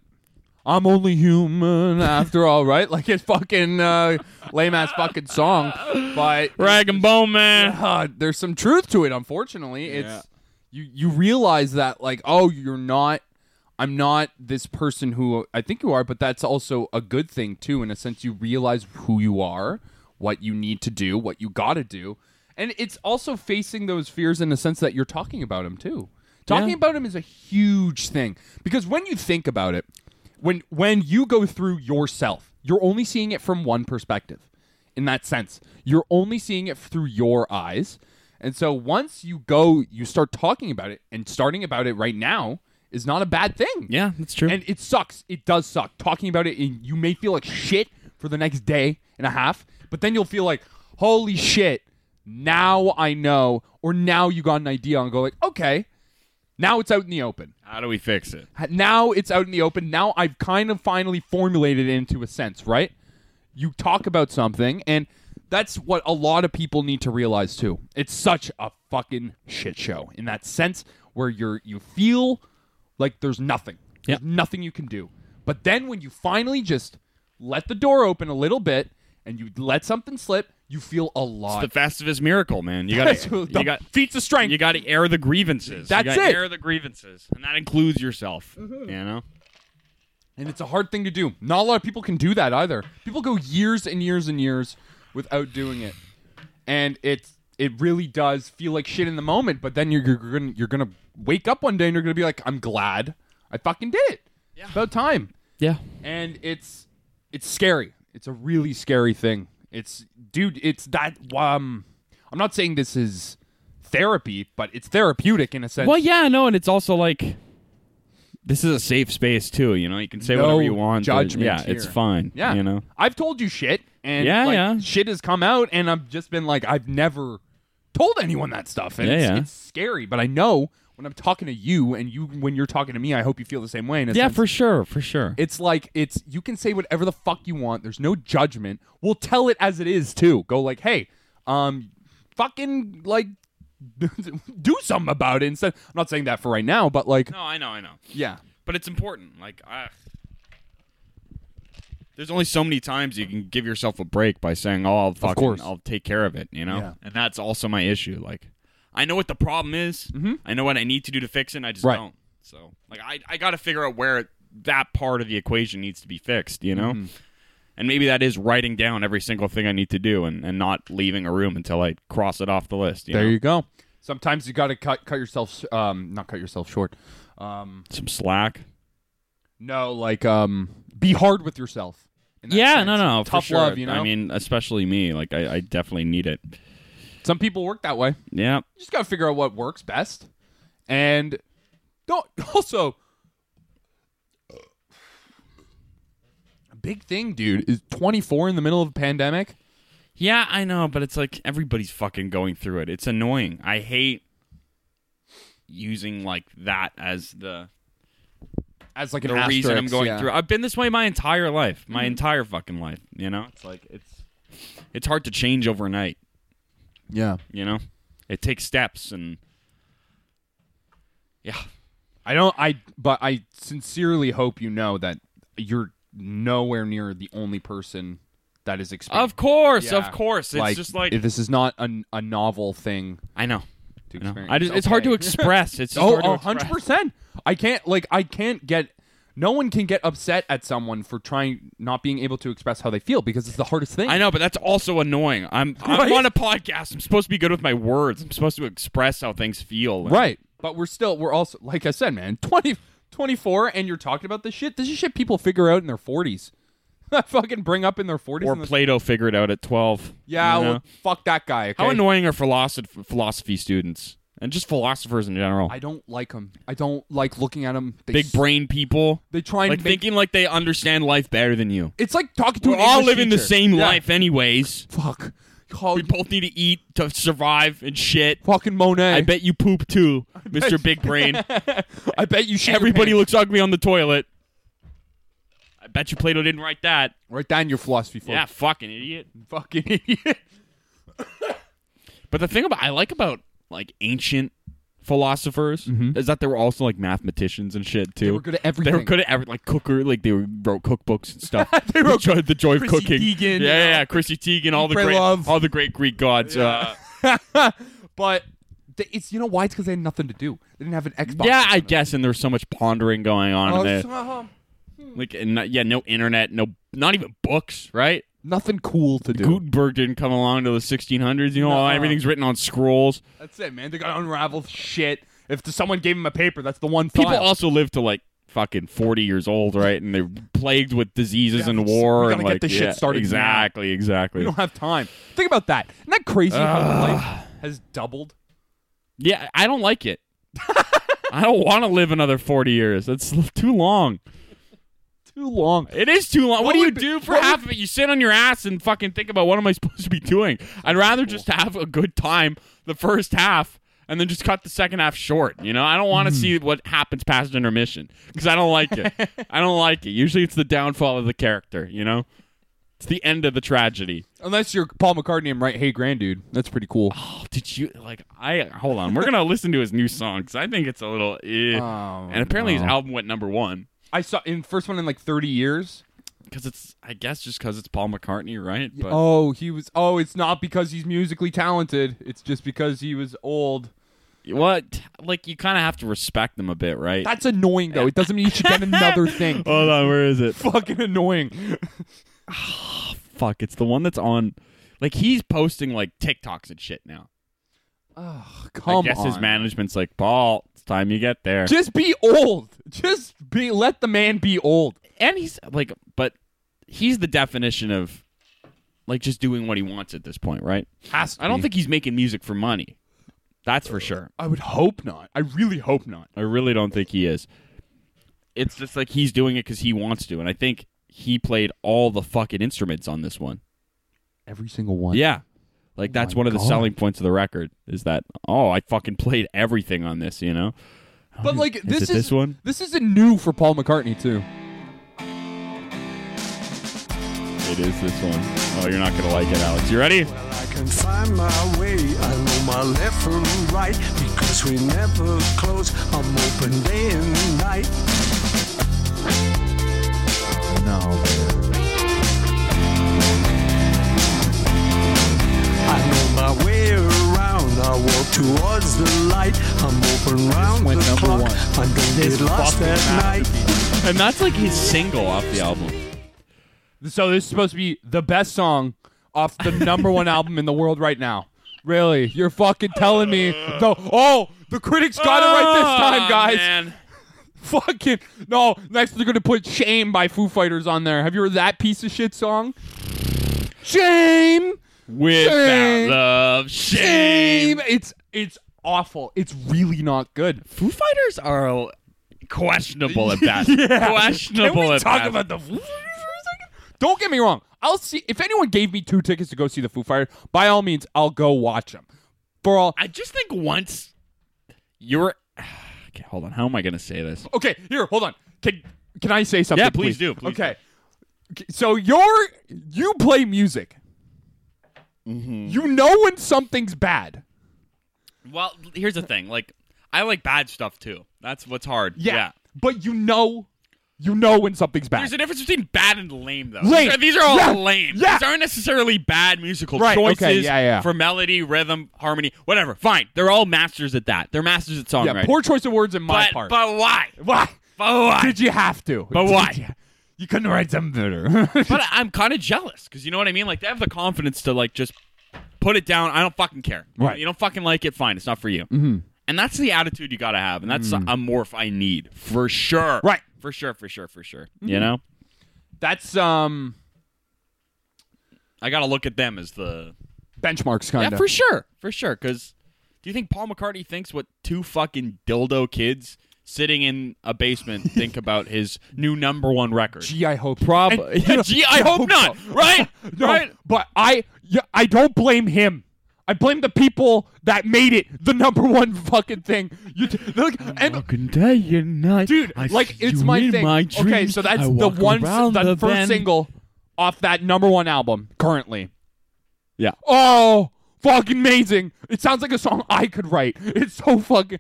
S3: I'm only human after all, right? Like it's fucking uh, lame ass fucking song, but
S2: Rag and bone man.
S3: Uh, there's some truth to it. Unfortunately, it's you. You realize that, like, oh, you're not. I'm not this person who I think you are, but that's also a good thing too. In a sense, you realize who you are, what you need to do, what you got to do, and it's also facing those fears in a sense that you're talking about them too. Talking
S2: Yeah.
S3: about them is a huge thing because when you think about it, when when you go through yourself, you're only seeing it from one perspective in that sense. You're only seeing it through your eyes. And so once you go, you start talking about it, and starting about it right now is not a bad thing.
S2: Yeah, that's true.
S3: And it sucks. It does suck. Talking about it, and you may feel like shit for the next day and a half, but then you'll feel like, holy shit, now I know, or now you got an idea and go like, okay, now it's out in the open.
S2: How do we fix it?
S3: Now it's out in the open. Now I've kind of finally formulated it into a sense, right? You talk about something, and that's what a lot of people need to realize too. It's such a fucking shit show in that sense where you're you feel like there's nothing,
S2: Yeah.
S3: there's nothing you can do. But then when you finally just let the door open a little bit and you let something slip, you feel
S2: It's
S3: alive.
S2: the festivus miracle, man. You got
S3: That's what-
S2: you got
S3: feats of strength.
S2: you got to air the grievances.
S3: That's
S2: you gotta
S3: it.
S2: Air the grievances, and that includes yourself. You know,
S3: And it's a hard thing to do. Not a lot of people can do that either. People go years and years and years without doing it. And it's it really does feel like shit in the moment, but then you're, you're gonna you're gonna wake up one day and you're gonna be like, I'm glad I fucking did it. Yeah. About time.
S2: yeah.
S3: And it's it's scary. It's a really scary thing. It's dude, it's that um I'm not saying this is therapy, but it's therapeutic in a sense.
S2: Well, yeah, no, and it's also like this is a safe space too. You know, you can say
S3: No
S2: whatever you want. but-
S3: judgment
S2: Yeah, it's
S3: here.
S2: fine.
S3: Yeah.
S2: you know,
S3: I've told you shit and
S2: Yeah,
S3: like,
S2: yeah.
S3: shit has come out and I've just been like I've never told anyone that stuff. And
S2: Yeah,
S3: it's,
S2: yeah.
S3: it's scary, but I know when I'm talking to you and you when you're talking to me, I hope you feel the same way. In a
S2: yeah,
S3: sense.
S2: for sure, for sure.
S3: it's like it's you can say whatever the fuck you want. There's no judgment. We'll tell it as it is too. Go like, hey, um fucking like do something about it instead. I'm not saying that for right now, but like
S2: no, I know, I know,
S3: yeah.
S2: but it's important. Like, I, there's only so many times you can give yourself a break by saying, "Oh, I'll fucking,
S3: course.
S2: I'll take care of it." You know,
S3: Yeah.
S2: and that's also my issue. Like, I know what the problem is. I know what I need to do to fix it. and I just
S3: Right.
S2: don't. So, like, I, I got to figure out where that part of the equation needs to be fixed. You know. And maybe that is writing down every single thing I need to do and, and not leaving a room until I cross it off the list. You
S3: There
S2: know?
S3: you go. Sometimes you got to cut cut yourself um not cut yourself short. Um
S2: Some slack.
S3: No, like um, be hard with yourself. in that
S2: Yeah,
S3: sense.
S2: no, no,
S3: tough
S2: for sure.
S3: love. You know,
S2: I mean, especially me. Like, I, I definitely need it.
S3: some people work that way. You
S2: Yeah,
S3: just gotta figure out what works best, and don't also. A big thing, dude, is 24 in the middle of a pandemic.
S2: yeah, I know, but it's like everybody's fucking going through it. It's annoying. I hate using like that as the
S3: As like an
S2: the reason I'm
S3: asterisk,
S2: going
S3: yeah. Mm-hmm.
S2: through. I've been this way my entire life, my entire fucking life. You know, it's like it's it's hard to change overnight.
S3: Yeah,
S2: You know, it takes steps and yeah,
S3: I don't. I but I sincerely hope you know that you're nowhere near the only person that is experiencing.
S2: of course,
S3: Yeah.
S2: of course. It's just like
S3: this is not a, a novel thing
S2: I know.
S3: to
S2: I, know.
S3: experience.
S2: I just, it's hard to
S3: Okay.
S2: express. It's just
S3: Oh,
S2: hard to
S3: a hundred
S2: express.
S3: percent. I can't like I can't get. No one can get upset at someone for trying not being able to express how they feel because it's the hardest thing.
S2: I know, but that's also annoying. I'm
S3: Right?
S2: I'm on a podcast. I'm supposed to be good with my words. I'm supposed to express how things feel.
S3: right? But we're still we're also like I said, man, 20, 24 and you're talking about this shit. This is shit people figure out in their forties. Fucking bring up in their forties.
S2: Or Plato figured out at twelve.
S3: yeah,
S2: you know?
S3: well, fuck that guy. Okay?
S2: how annoying are philosophy philosophy students and just philosophers in general?
S3: I don't like him. I don't like looking at him. They
S2: Big
S3: s-
S2: brain people.
S3: They try and
S2: like
S3: make-
S2: thinking like they understand life better than you.
S3: It's like talking to
S2: We're
S3: an
S2: all
S3: English
S2: living the
S3: teacher.
S2: same
S3: Yeah.
S2: life, anyways.
S3: Fuck. Oh,
S2: We both need to eat to survive and shit.
S3: fucking Monet.
S2: I bet you poop too, Mister Big Brain.
S3: I bet you shit. your
S2: Everybody looks
S3: pants.
S2: ugly on the toilet. I bet you Plato didn't write that.
S3: Write down your philosophy for
S2: Yeah, fucking idiot.
S3: fucking idiot.
S2: But the thing about I like about like ancient philosophers is that they were also like mathematicians and shit too.
S3: Mm-hmm. They were good at
S2: They
S3: everything.
S2: were good at every like cooker, like they were, wrote cookbooks and stuff.
S3: They
S2: the
S3: wrote
S2: joy, the joy of
S3: Chrissy
S2: cooking.
S3: Teigen,
S2: yeah,
S3: you know?
S2: yeah, yeah, Chrissy Teigen, all the
S3: Pray
S2: great,
S3: Love.
S2: all the great Greek gods. Yeah, uh,
S3: but th- it's you know why? It's because they had nothing to do. They didn't have an Xbox.
S2: yeah I guess. And there was so much pondering going on in
S3: Oh,
S2: there.
S3: so, um,
S2: like, and not, yeah, no internet, no, not even books, right?
S3: nothing cool to do.
S2: Gutenberg didn't come along until the 1600s. You know,
S3: Nuh-uh.
S2: everything's written on scrolls.
S3: That's it, man. They got to unravel shit. If the- someone gave him a paper, that's the one
S2: people
S3: file.
S2: also live to like fucking 40 years old right and they're plagued with diseases
S3: Yeah,
S2: and
S3: we
S2: war
S3: gotta
S2: and
S3: get
S2: like
S3: this shit
S2: yeah,
S3: started now.
S2: exactly
S3: we
S2: exactly
S3: don't have time. Think about that. Isn't that crazy? how life has doubled.
S2: yeah i don't like it i don't want to live another 40 years that's l- too long
S3: Too long.
S2: it is too long what,
S3: What
S2: do you
S3: would be-
S2: do for
S3: what
S2: half of it you sit on your ass and fucking think about what am i supposed to be doing i'd rather just have a good time the first half and then just cut the second half short. You know, I don't want to see what happens past intermission because I don't like it. I don't like it. Usually, it's the downfall of the character. You know, it's the end of the tragedy.
S3: Unless you're Paul McCartney and right, hey, grand dude. That's pretty cool.
S2: Oh, did you like? I hold on. We're gonna listen to his new song because I think it's a little. eh.
S3: Oh,
S2: and apparently, his
S3: no.
S2: album went number one.
S3: I saw in first one in like 30 years.
S2: because it's I guess just because it's Paul McCartney, right? But
S3: oh, he was. Oh, it's not because he's musically talented. It's just because he was old.
S2: what? Like you kind of have to respect them a bit, right?
S3: That's annoying, though. It doesn't mean you should get another thing.
S2: Hold on, where is it?
S3: Fucking annoying.
S2: Fuck, it's the one that's on. Like he's posting like TikToks and shit now.
S3: Oh, come
S2: I guess
S3: on.
S2: his management's like, Paul, it's time you get there.
S3: Just be old. Just be. Let the man be old.
S2: and he's like, but he's the definition of like just doing what he wants at this point, right?
S3: Has to
S2: I don't
S3: be.
S2: think he's making music for money. That's for sure.
S3: I would hope not. I really hope not.
S2: I really don't think he is. It's just like he's doing it because he wants to, and I think he played all the fucking instruments on this one.
S3: Every single one.
S2: Yeah, like that's
S3: my
S2: one of the
S3: God.
S2: selling points of the record is that oh, I fucking played everything on this, you know.
S3: But like
S2: Is
S3: this
S2: it this one?
S3: This isn't new for Paul McCartney too.
S2: It is this one. Oh, you're not gonna like it, Alex. You ready?
S4: I can find my way. I know my left from right because we never close. I'm open day and night.
S3: No.
S4: I know my way around. I walk towards the light. I'm open round
S3: went
S4: the
S3: number
S4: clock.
S3: one.
S4: I don't get lost
S2: fucking
S4: at night.
S2: And that's like his single off the album.
S3: So this is supposed to be the best song off the number one album in the world right now. Really? You're fucking telling me the oh the critics got it right
S2: Ah,
S3: this time, guys. Fucking no. Next they're gonna put "Shame" by Foo Fighters on there. Have you heard that piece of shit song? Shame,
S2: Without
S3: Shame.
S2: love, shame.
S3: shame. It's it's awful. It's really not good.
S2: Foo Fighters are questionable at best.
S3: Yeah.
S2: Questionable
S3: Can we
S2: at
S3: talk
S2: best.
S3: about the Foo Fighters for a second? Don't get me wrong. I'll see if anyone gave me two tickets to go see the Foo Fighters. By all means, I'll go watch them. For all
S2: I just think once you're. Okay, hold on. How am I going to say this?
S3: okay, here, hold on. Can can I say something?
S2: Yeah, please do, please
S3: okay. K- So you're you play music.
S2: Mm-hmm.
S3: You know when something's bad.
S2: Well, here's the thing. Like, I like bad stuff too. That's what's hard.
S3: Yeah, but you know, you know when something's bad.
S2: There's a difference between bad and lame, though.
S3: Lame.
S2: These, are, these are all
S3: Yeah.
S2: lame.
S3: Yeah.
S2: These aren't necessarily bad musical
S3: Right,
S2: choices
S3: okay, yeah, yeah.
S2: for melody, rhythm, harmony, whatever. Fine. They're all masters at that. They're masters at
S3: yeah,
S2: songwriting.
S3: poor choice of words in my
S2: but,
S3: part.
S2: but why?
S3: why
S2: But why?
S3: did you have to?
S2: But
S3: Did
S2: why?
S3: You, you couldn't write something better.
S2: but I- I'm kind of jealous because you know what I mean. Like they have the confidence to like just put it down. I don't fucking care.
S3: Right.
S2: You don't fucking like it. Fine. It's not for you. Mm-hmm. And that's the attitude you gotta have, and that's a morph I need for sure.
S3: Mm-hmm. Right. Mm-hmm.
S2: For sure. For sure. For sure. You know,
S3: That's um
S2: I gotta look at them as the
S3: benchmarks kind
S2: yeah
S3: of.
S2: for sure for sure. Because do you think Paul McCartney thinks what two fucking dildo kids sitting in a basement think about his new number one record?
S3: Gee, I hope. Probably.
S2: Yeah, gee, I hope not. Right?
S3: No,
S2: Right?
S3: but I, yeah, I don't blame him. I blame the people that made it the number one fucking thing. You, t- they're like, and
S2: day and night,
S3: dude, like it's my thing. okay, so that's the one, s- the, first single off that number one album currently.
S2: Yeah.
S3: Oh, fucking amazing! It sounds like a song I could write. It's so fucking.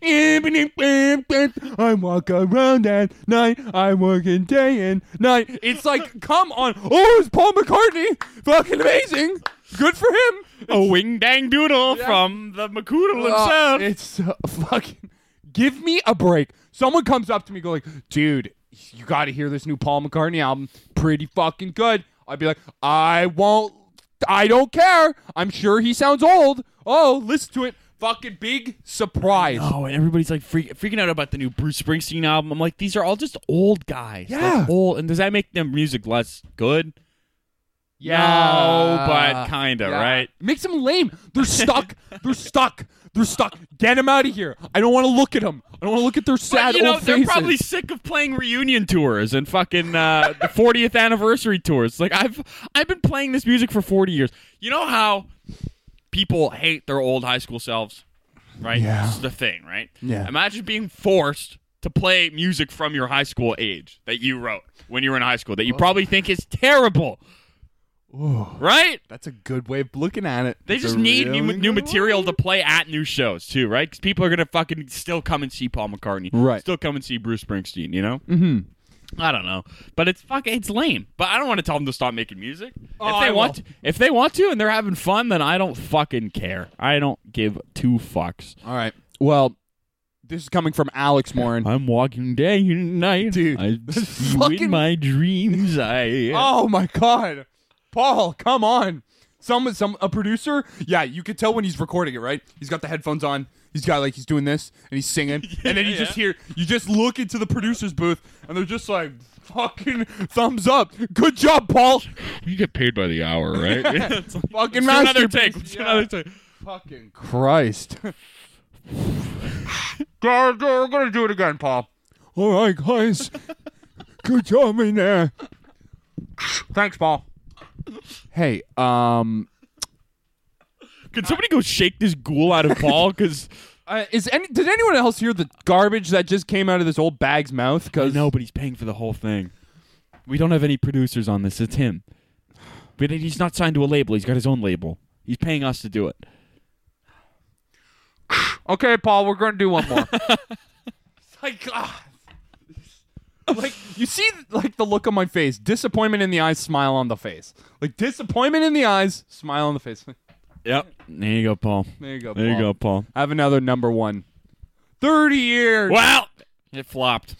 S3: I walk around at night. I work in day and night. It's like, come on! Oh, it's Paul McCartney. Fucking amazing. Good for him.
S2: A wing dang doodle from the McCoodle
S3: Uh,
S2: himself.
S3: it's uh, fucking. Give me a break. Someone comes up to me, go like, dude, you got to hear this new Paul McCartney album. Pretty fucking good. I'd be like, I won't. I don't care. I'm sure he sounds old. Oh, listen to it. Fucking big surprise.
S2: oh, and everybody's like freak, freaking out about the new Bruce Springsteen album. I'm like, these are all just old guys. Like,
S3: Yeah.
S2: old. And does that make their music less good? No, but kinda,
S3: Yeah.
S2: right?
S3: Makes them lame. They're stuck. They're stuck. They're stuck. Get them out of here. I don't want to look at them. I don't want to look at their sad
S2: But, you know,
S3: old
S2: they're
S3: faces.
S2: probably sick of playing reunion tours and fucking uh, the 40th anniversary tours. Like I've I've been playing this music for 40 years. You know how people hate their old high school selves, right?
S3: Yeah.
S2: This is the thing, right?
S3: Yeah.
S2: Imagine being forced to play music from your high school age that you wrote when you were in high school that you probably think is terrible. Right?
S3: That's a good way of looking at it.
S2: They
S3: It's
S2: just
S3: a
S2: need new,
S3: really
S2: new
S3: good
S2: material
S3: way.
S2: to play at new shows too, right? Because people are gonna fucking still come and see Paul McCartney,
S3: Right.
S2: Still come and see Bruce Springsteen, you know? Mm-hmm. I don't know, but it's fuck, it's lame. But I don't want to tell them to stop making music
S3: Oh,
S2: if they
S3: I
S2: want.
S3: will.
S2: To, if they want to, and they're having fun, then I don't fucking care. I don't give two fucks.
S3: All right. Well, this is coming from Alex Morin.
S2: I'm walking day and night,
S3: Dude,
S2: I
S3: this
S2: see
S3: fucking-
S2: in my dreams. I
S3: Oh my god, Paul, come on! Some some a producer, yeah, you could tell when he's recording it, right? He's got the headphones on. He's got like he's doing this and he's singing, and then you just hear you just look into the producer's booth, and they're just like fucking thumbs up. Good job, Paul.
S2: you get paid by the hour, right? It's like,
S3: Fucking
S2: "Let's do another take.
S3: masterpiece."
S2: Let's do
S3: Yeah.
S2: another take.
S3: Fucking Christ. God, we're gonna do it again, Paul. All right, guys. Good job in there. Thanks, Paul. Hey, um,
S2: Can somebody go shake this ghoul out of Paul? Because
S3: uh, is any did anyone else hear the garbage that just came out of this old bag's mouth? Because
S2: but he's paying for the whole thing. We don't have any producers on this. It's him. But he's not signed to a label. He's got his own label. He's paying us to do it.
S3: okay, Paul, we're gonna do one more. Like, ah. like you see, like the look on my face, disappointment in the eyes, smile on the face, like disappointment in the eyes, smile on the face.
S2: Yep. There you go, Paul.
S3: There you go.
S2: There you
S3: Paul.
S2: go, Paul.
S3: I have another number one. 30 years.
S2: Well, it flopped.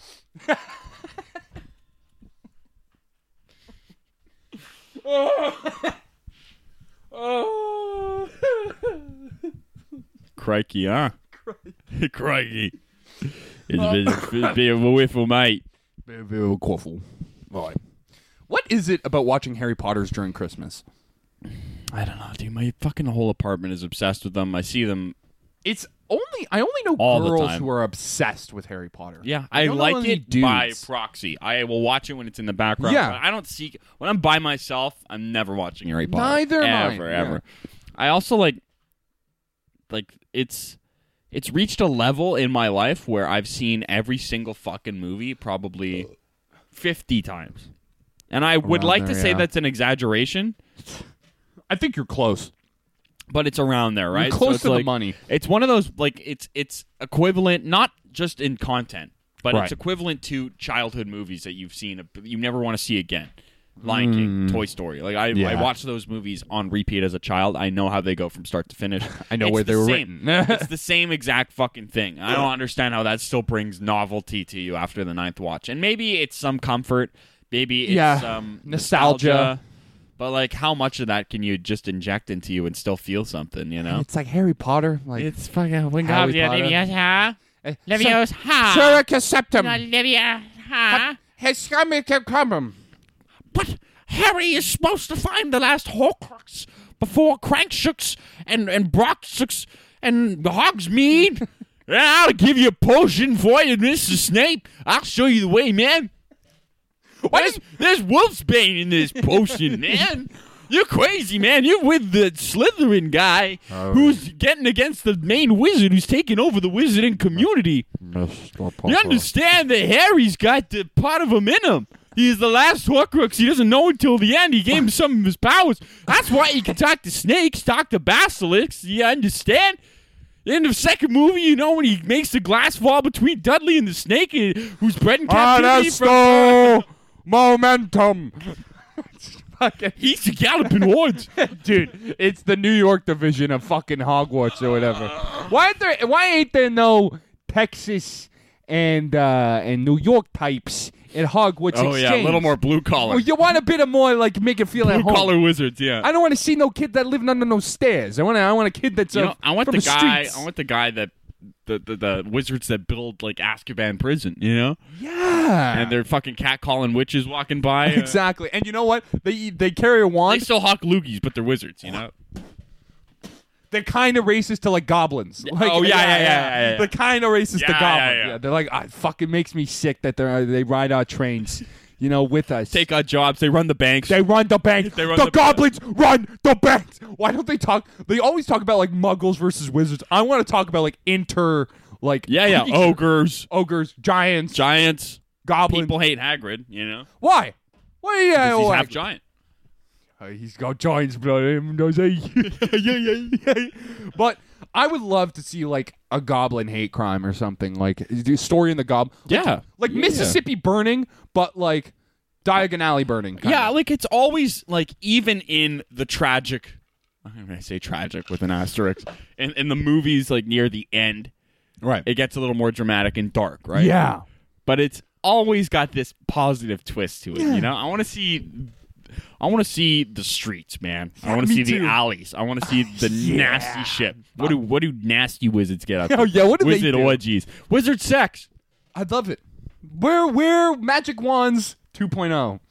S3: Oh.
S2: Crikey, huh? Crikey. It's been, it's been a whiffle, mate.
S3: What is it about watching Harry Potter's during Christmas?
S2: I don't know, dude. My fucking whole apartment is obsessed with them. I see them.
S3: It's only I only know
S2: All the
S3: girls
S2: time.
S3: who are obsessed with Harry Potter.
S2: Yeah, I,
S3: don't know
S2: like
S3: any
S2: it by
S3: dudes.
S2: proxy. I will watch it when it's in the background.
S3: Yeah.
S2: but I don't seek when I'm by myself. I'm never watching Harry Potter.
S3: Neither am I,
S2: ever,
S3: yeah.
S2: ever. I also like, like it's, it's reached a level in my life where I've seen every single fucking movie probably fifty times, and I would
S3: Around
S2: like
S3: there,
S2: to say
S3: yeah.
S2: that's an exaggeration,
S3: I think you're close.
S2: but it's around there, right? So
S3: close
S2: it's
S3: to the
S2: like-
S3: money.
S2: It's one of those like it's it's equivalent not just in content, but
S3: Right.
S2: it's equivalent to childhood movies that you've seen you never want to see again. Lion King, Toy Story. Like I,
S3: Hmm. Yeah.
S2: I watched those movies on repeat as a child. I know how they go from start to finish.
S3: I know
S2: It's
S3: where
S2: the
S3: they were
S2: same.
S3: written.
S2: it's the same exact fucking thing. I don't understand how that still brings novelty to you after the ninth watch. And maybe it's some comfort. Maybe it's
S3: Yeah.
S2: um,
S3: Nostalgia.
S2: But like, how much of that can you just inject into you and still feel something? You know,
S3: It's like Harry Potter. Like
S2: it's fucking
S3: Harry
S2: Wingardium
S3: Potter.
S2: Leviosa.
S3: Eh,
S2: Leviosa.
S3: Suricus septum.
S2: Leviosa.
S3: His stomach cumrum.
S2: But Harry is supposed to find the last Horcrux before Crankshucks and and Brockshucks and Hogsmeade. and I'll give you a potion for you, Mister Snape. I'll show you the way, man. There's, there's Wolfsbane in this potion, man. You're crazy, man. You're with the Slytherin guy who's getting against the main wizard who's taking over the wizarding community. You understand that Harry's got the part of him in him. He's the last Horcrux. He doesn't know until the end. He gave him some of his powers. That's why he can talk to snakes, talk to basilisks. You understand? In the second movie, you know when he makes the glass fall between Dudley and the snake, uh, who's bred in captivity from
S3: Arresto momentum. Fucking
S2: He's the galloping hordes.
S3: Dude, it's the New York division of fucking Hogwarts or whatever. Why ain't there? Why ain't there no Texas and uh, and New York types at Hogwarts
S2: Oh,
S3: Exchange?
S2: blue collar.
S3: Well, you want a bit of more, like make it feel at home.
S2: wizards, yeah.
S3: I don't want to see no kid that living under no stairs. I want. I want a kid that's.
S2: You
S3: uh,
S2: know, I want
S3: from
S2: the, guy.
S3: streets.
S2: I want the guy that the, the the wizards that build like Azkaban prison. You know,
S3: yeah.
S2: and they're fucking catcalling witches walking by. uh,
S3: exactly. And you know what? They they carry a
S2: They
S3: wand.
S2: still hawk loogies, but they're wizards. You know.
S3: They're kind of racist to like goblins. Like,
S2: oh, yeah, yeah, yeah, yeah, yeah.
S3: They're kind of racist to
S2: Yeah, yeah,
S3: goblins.
S2: yeah.
S3: they're like, ah, it fucking makes me sick that they they ride our trains, you know, with us.
S2: Take our jobs. They run the banks.
S3: they run the bank.
S2: They run
S3: the,
S2: the-
S3: goblins run the banks. Why don't they talk? They always talk about like muggles versus wizards. I want to talk about like inter, like
S2: yeah, yeah.
S3: creature-
S2: Ogres,
S3: ogres, giants,
S2: giants.
S3: goblins.
S2: People hate Hagrid. You know,
S3: Why? Why? Yeah,
S2: he's
S3: why?
S2: half giant.
S3: Uh, he's got giant's blood in him, does he? Yeah, yeah, yeah. But I would love to see like a goblin hate crime or something like the story in the goblin.
S2: Yeah.
S3: like
S2: Yeah.
S3: Mississippi burning, but like Diagon Alley burning. kinda.
S5: Yeah, like it's always like even in the tragic. I'm gonna say tragic with an asterisk. In in the movies, like near the end,
S3: right.
S5: it gets a little more dramatic and dark, right?
S3: Yeah.
S5: but it's always got this positive twist to it. You know, I want to see. I want to see the streets, man. I want to
S3: me
S5: see
S3: too.
S5: the alleys. I want to see the nasty shit. What do what do nasty wizards get up?
S3: Oh,
S5: to?
S3: yeah, what do they
S5: Wizard
S3: do?
S5: orgies, wizard sex.
S3: I love it. We're we're magic wands 2.0.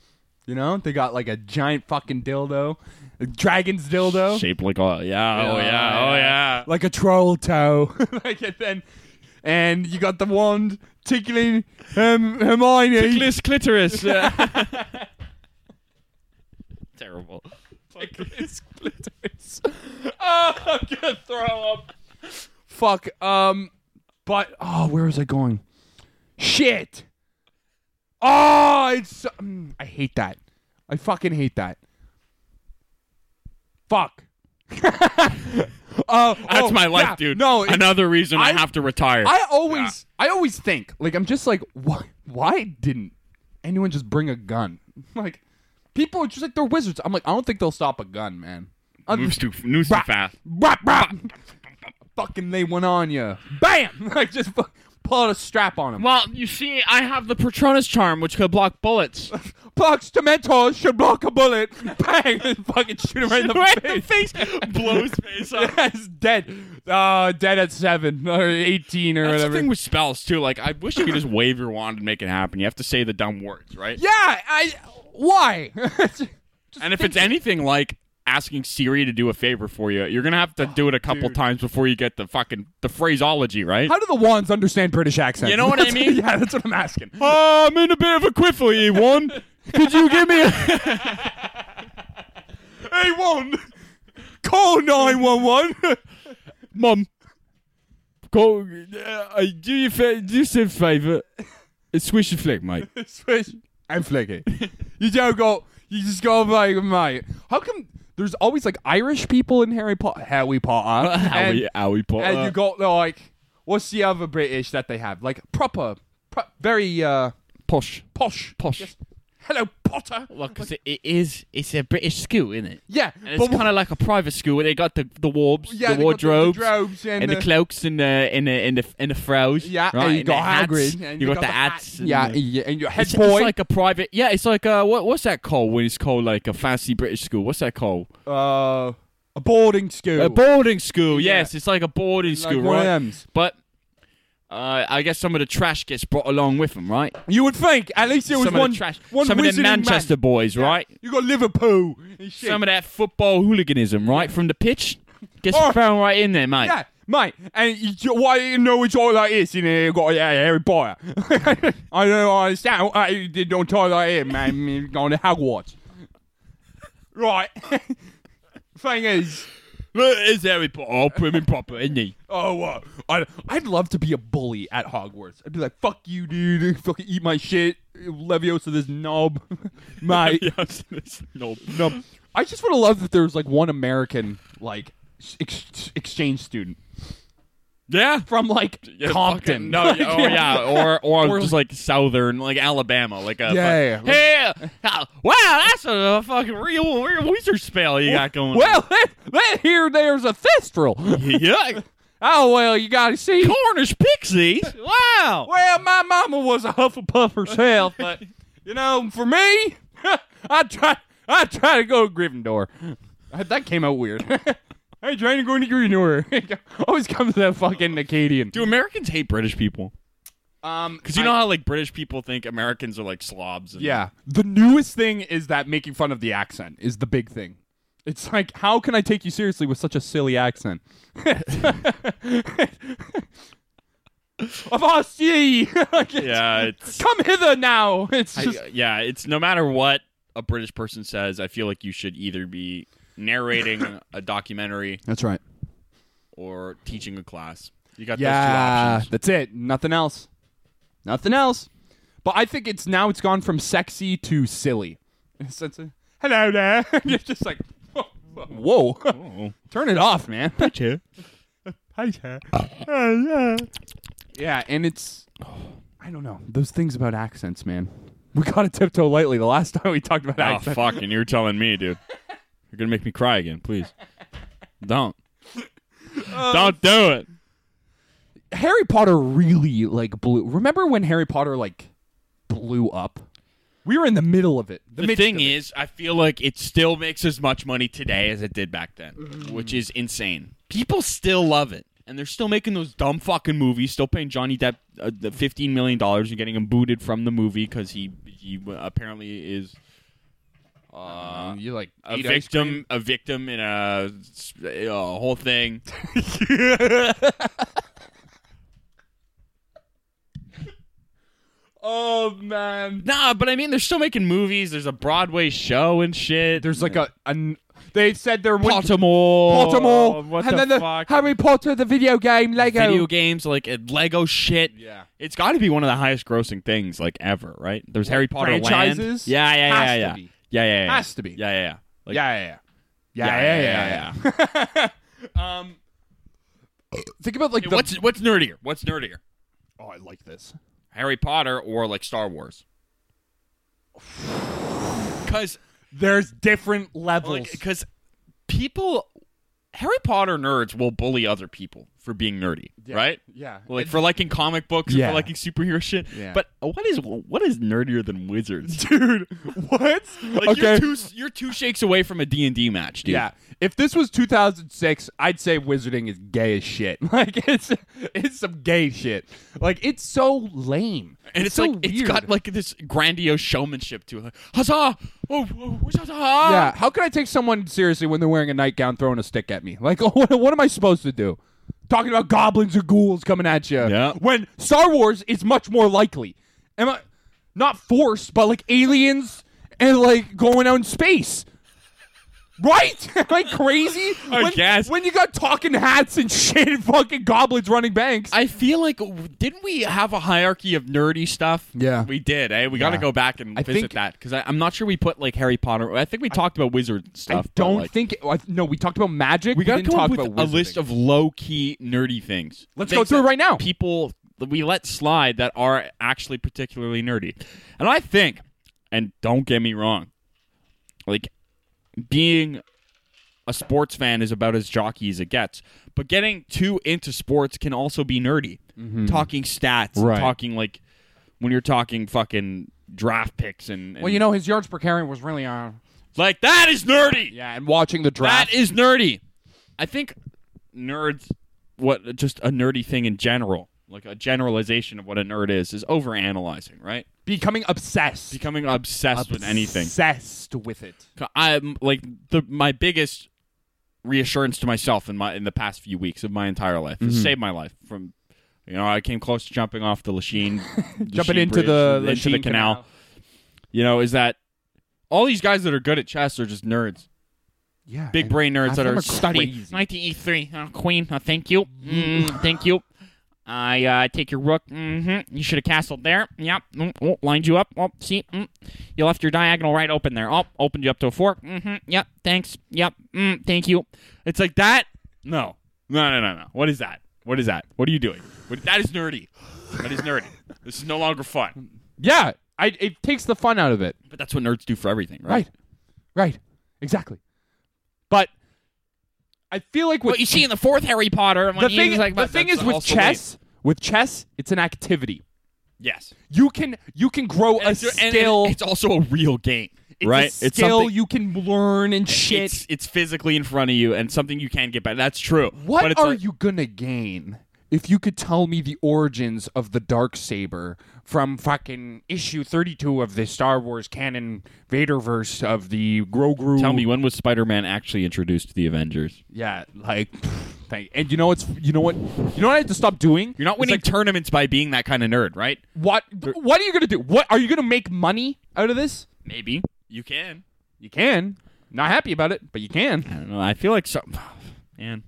S3: You know, they got like a giant fucking dildo, a dragon's dildo,
S5: Shaped like a yeah, oh
S3: Yeah,
S5: yeah, oh
S3: yeah.
S5: yeah.
S3: like a troll toe, like and then, and you got the wand tickling um, Hermione.
S5: Ticklish clitoris. Terrible.
S3: Oh, I'm gonna throw up. Fuck. Um, but oh, where was I going? Shit. Oh, it's. so- mm, I hate that. I fucking hate that. Fuck. uh,
S5: That's
S3: oh,
S5: my life,
S3: yeah,
S5: dude.
S3: No, it's-
S5: another reason I,
S3: I-
S5: have to retire.
S3: I always, I always think like I'm just like, why, why didn't anyone just bring a gun? Like, people are just like they're wizards. I'm like, I don't think they'll stop a gun, man. I-
S5: moves too moves too
S3: Rah,
S5: fast.
S3: rah, rah. Fucking they went on you. Bam! Like just fu- pull out a strap on him.
S5: Well, you see, I have the Patronus charm, which could block bullets.
S3: Bucks to mentors should block a bullet. Bang! And fucking shoot him right in the
S5: right in the
S3: face.
S5: face, blow his face off.
S3: Yes, dead. Uh, dead at seven or eighteen or
S5: That's the
S3: whatever.
S5: thing with spells too. Like, I wish you could just wave your wand and make it happen. You have to say the dumb words, right?
S3: yeah, I. Why?
S5: And if it's anything like asking Siri to do a favor for you, you're gonna have to do it a couple times before you get the fucking the phraseology right.
S3: How do the wands understand British accents?
S5: You know what I mean?
S3: yeah, that's what I'm asking.
S5: I'm in a bit of a quiffle, E one. Could you give me? a...
S3: Hey, one, call nine one one.
S2: Mum, go. Uh, do your fa- do yourself a favor. It's swish and flick, mate.
S3: Swish and flick it. You don't go. You just go like, mate. How come there's always like Irish people in Harry Potter? Harry Potter.
S2: Howie,
S3: and,
S2: Howie Potter.
S3: and
S5: Uh,
S3: you got like, what's the other British that they have? Like proper, pro- very uh,
S2: posh.
S3: posh,
S2: Posh.
S3: Hello, Potter.
S5: Well, because it, it is, it's a British school, isn't it?
S3: Yeah,
S5: And it's kind of like a private school where they got the the warbs,
S3: yeah,
S2: the
S3: they got
S2: wardrobes
S3: the robes and,
S5: and the
S3: the-
S5: cloaks and the and the and the and the frows.
S3: yeah,
S5: right?
S3: and you
S5: the
S3: got
S5: hats.
S3: Hagrid,
S5: You,
S3: and
S5: got, the
S3: hat-
S5: hats. and
S3: yeah,
S5: the-
S3: yeah, and your head
S2: It's,
S3: boy.
S2: it's like a private. Yeah, it's like uh, what, what's that called when it's called like a fancy British school? What's that called?
S3: uh, a boarding school.
S2: A boarding school.
S3: Yeah.
S2: Yes, it's like a boarding
S3: Like
S2: school,
S3: one of
S2: right?
S3: them's.
S2: But uh, I guess some of the trash gets brought along with them, right?
S3: You would think at least there was
S2: some
S3: one
S2: of the trash.
S3: one
S2: some of
S3: wizarding
S2: the Manchester
S3: man.
S2: boys, right?
S3: You got Liverpool. and shit.
S2: Some of that football hooliganism, right? From the pitch, gets
S3: Oh.
S2: thrown right in there, mate.
S3: yeah, mate. And you, you- why do you know it's all like this? You know, you got yeah, Harry Potter. I don't understand. why you did- don't talk like it, man. You're going to Hogwarts. Right. Thing is,
S2: Look, it's Harry Potter, all prim and proper, isn't he?
S3: oh, uh, I, I'd love to be a bully at Hogwarts. I'd be like, fuck you, dude. Fucking eat my shit. Leviosa this knob. mate.
S2: yes, no.
S3: No, I just would have loved if there was like one American like ex- exchange student
S2: Yeah.
S3: from like
S2: Yeah, fucking-
S3: Compton.
S2: No, yeah, oh yeah, or or,
S3: Or
S2: just like southern, like Alabama, like a
S3: Yeah,
S2: fuck-
S3: yeah,
S2: hey, uh, wow, that's a, fucking real, real wizard spell you got going. on.
S3: Well, that, that here there's a thistral.
S2: yeah,
S3: oh well, you gotta see.
S2: Cornish pixies. Wow,
S3: Well, my mama was a Hufflepuff herself, but you know, for me, I try I try to go to Gryffindor. That came out weird. I trying to go to Gryffindor. Always comes to that fucking Acadian.
S2: do Americans hate British people?
S3: Um,
S2: Because you know how like British people think Americans are like slobs. And,
S3: Yeah. The newest thing is that making fun of the accent is the big thing. It's like, how can I take you seriously with such a silly accent? of us, ye! Like, it's,
S2: yeah, it's
S3: Come hither now! It's
S2: I-
S3: just.
S2: yeah, it's no matter what a British person says, I feel like you should either be narrating a documentary
S3: that's right.
S2: or teaching a class. You got
S3: Yeah,
S2: those two options.
S3: that's it. Nothing else. Nothing else. But I think it's now it's gone from sexy to silly. It's- it's a- hello there. You're just like, whoa, turn it off, man. Hi, sir. yeah, and it's I don't know those things about accents, man. We got to tiptoe lightly. The last time we talked about
S2: Oh,
S3: accents,
S2: fuck. And you're telling me, dude. You're going to make me cry again. Please. Don't. Don't do it.
S3: Harry Potter really like blew. Remember when Harry Potter like blew up? We were in the middle of it.
S2: The
S3: midst
S2: thing
S3: of it.
S2: is, I feel like it still makes as much money today as it did back then,
S3: Mm-hmm.
S2: which is insane. People still love it, and they're still making those dumb fucking movies, still paying Johnny Depp uh, the fifteen million dollars and getting him booted from the movie because he he w- apparently is uh,
S3: you like
S2: a
S3: ate ice
S2: victim, a victim in a, s- a whole thing.
S3: Oh man,
S2: nah, but I mean, they're still making movies. There's a Broadway show and shit.
S3: there's like a, an they said there went
S2: Baltimore,
S3: Baltimore,
S2: Oh, What
S3: and
S2: the
S3: then the
S2: fuck?
S3: Harry Potter the video game Lego.
S2: video games, like uh, Lego shit.
S3: Yeah.
S2: it's got to be one of the highest grossing things like ever, right? There's Harry Potter Land.
S3: franchises?
S2: Yeah, yeah, yeah,
S3: Has to
S2: yeah.
S3: be.
S2: yeah, yeah, yeah.
S3: Has to be.
S2: Yeah, yeah, yeah. Like,
S3: yeah, yeah, yeah, yeah, yeah, yeah. yeah,
S2: yeah,
S3: um, think about like
S2: yeah.
S3: the.
S2: what's what's nerdier? What's nerdier?
S3: oh, I like this.
S2: Harry Potter or like Star Wars? Because
S3: There's different levels.
S2: because people Harry Potter nerds will bully other people for being nerdy, right?
S3: yeah.
S2: Like for liking comic books and
S3: Yeah.
S2: for liking superhero shit.
S3: Yeah.
S2: But what is what is nerdier than wizards?
S3: dude, what?
S2: Like
S3: okay.
S2: you're two you're two shakes away from a D and D match, dude.
S3: yeah. If this was 2006, I'd say wizarding is gay as shit. Like it's it's some gay shit. Like it's so lame.
S2: And it's,
S3: so
S2: like
S3: weird.
S2: it's got like this grandiose showmanship to it. Like, huzzah! Oh, oh huzzah!
S3: yeah. How can I take someone seriously when they're wearing a nightgown, throwing a stick at me? Like what, what am I supposed to do? Talking about goblins or ghouls coming at you.
S2: Yeah.
S3: When Star Wars is much more likely. Am I not forced, but like aliens and like going out in space. Right? Am I crazy?
S2: I
S3: when,
S2: guess.
S3: When you got talking hats and shit and fucking goblins running banks.
S2: I feel like didn't we have a hierarchy of nerdy stuff?
S3: Yeah.
S2: we did. Eh, we got to
S3: Yeah.
S2: go back and
S3: I
S2: visit
S3: think-
S2: that because I'm not sure we put like Harry Potter. I think we talked about wizard stuff.
S3: I
S2: but,
S3: don't
S2: like,
S3: think. I, no, we talked about magic.
S2: we got to
S3: didn't
S2: come
S3: talk
S2: up with
S3: about
S2: a
S3: wizarding.
S2: list of low key nerdy things.
S3: Let's
S2: Things
S3: go through
S2: that
S3: it right now.
S2: People that we let slide that are actually particularly nerdy, and I think, and don't get me wrong, like being a sports fan is about as jockey as it gets. But getting too into sports can also be nerdy. Talking stats,
S3: Mm-hmm. Right.
S2: talking like when you're talking fucking draft picks and, and
S3: Well, you know, his yards per carry was really uh, on.
S2: like that is nerdy.
S3: Yeah, and watching the draft.
S2: That is nerdy. I think nerds, what just a nerdy thing in general, like a generalization of what a nerd is, is overanalyzing, right?
S3: becoming obsessed.
S2: Becoming obsessed with anything.
S3: Obsessed with it.
S2: I'm like the my biggest reassurance to myself in my in the past few weeks of my entire life has
S3: Mm-hmm.
S2: saved my life from. You know, I came close to jumping off the Lachine,
S3: Jumping into the
S2: into the
S3: Lachine
S2: canal.
S3: Canal.
S2: You know, is that all these guys that are good at chess are just nerds.
S3: Yeah.
S2: big brain nerds
S3: half
S2: that
S3: of
S2: are
S3: them are
S2: studying.
S3: crazy.
S2: Knight to e3, uh, queen. Uh, thank you, Mm, thank you. I uh, take your rook. hmm You should have castled there. Yep. Mm, oh, lined you up. Oh, see, mm. you left your diagonal right open there. Oh, opened you up to a 4 Mm-hmm. Yep. Thanks. Yep. Mm, thank you. It's like that. No. No. No. No. No. What is that? What is that? What are you doing? What, that is nerdy. That is nerdy. this is no longer fun.
S3: Yeah, I, it takes the fun out of it.
S2: But that's what nerds do for everything, right?
S3: Right. Right. Exactly. But I feel like with
S2: What you see in the fourth Harry Potter,
S3: the thing, the thing is with chess, with chess, it's an activity.
S2: Yes.
S3: You can you can grow a
S2: it's, and- and
S3: skill.
S2: it's also a real game,
S3: it's
S2: right?
S3: a skill
S2: something-
S3: you can learn and shit.
S2: It's it's physically in front of you and something you can get back. That's true. but
S3: What
S2: it's
S3: are
S2: like-
S3: you gonna gain if you could tell me the origins of the dark saber from fucking issue thirty-two of the Star Wars canon Vaderverse of the Grogu?
S2: Tell me when was Spider-Man actually introduced to the Avengers?
S3: yeah, like, pfft, thank. And you know what's you know what you know what I have to stop doing.
S2: You're not
S3: It's
S2: winning
S3: like,
S2: tournaments by being that kind of nerd, right?
S3: what What are you gonna do? What are you gonna make money out of this?
S2: Maybe you can.
S3: You can. Not happy about it, but you
S2: I
S3: can.
S2: don't know. I feel like some man.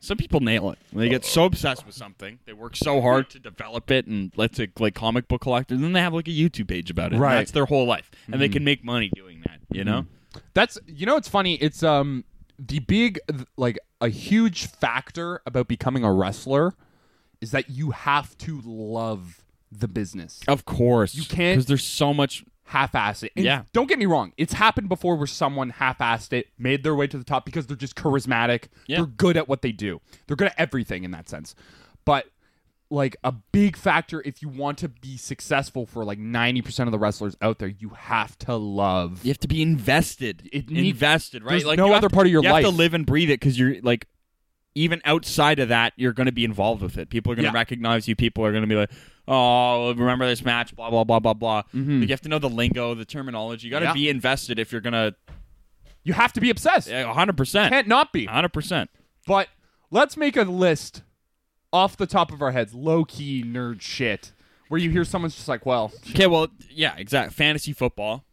S2: Some people nail it. They get so obsessed with something, they work so hard to develop it, and let's say like comic book collectors, and then they have like a YouTube page about it. and
S3: Right. Mm-hmm.
S2: that's their whole life, and they can make money doing that. You know,
S3: That's you know it's funny. It's um the big th- like a huge factor about becoming a wrestler is that you have to love the business.
S2: Of course,
S3: You can't-
S2: because there's so much.
S3: Half-ass it. And
S2: Yeah.
S3: Don't get me wrong. It's happened before where someone half-assed it, made their way to the top because they're just charismatic.
S2: Yeah.
S3: They're good at what they do. They're good at everything in that sense. But like a big factor if you want to be successful for like 90% of the wrestlers out there, you have to love
S2: You have to be invested.
S3: It need-
S2: invested, right?
S3: there's
S2: Like
S3: no
S2: you have
S3: other
S2: to-
S3: part of your
S2: you have
S3: life.
S2: to live and breathe it because you're like, even outside of that, you're going to be involved with it. People are going to
S3: Yeah.
S2: recognize you. People are going to be like, oh, remember this match? Blah blah blah blah blah. Like, you have to know the lingo, the terminology. You got to
S3: Mm-hmm. Yeah.
S2: be invested if you're going
S3: You have to be obsessed.
S2: to 100. percent
S3: Can't not be.
S2: 100. percent
S3: But let's make a list off the top of our heads, low key nerd shit, where you hear someone's just like, "Well,
S2: Okay, well, yeah, exact. Fantasy football.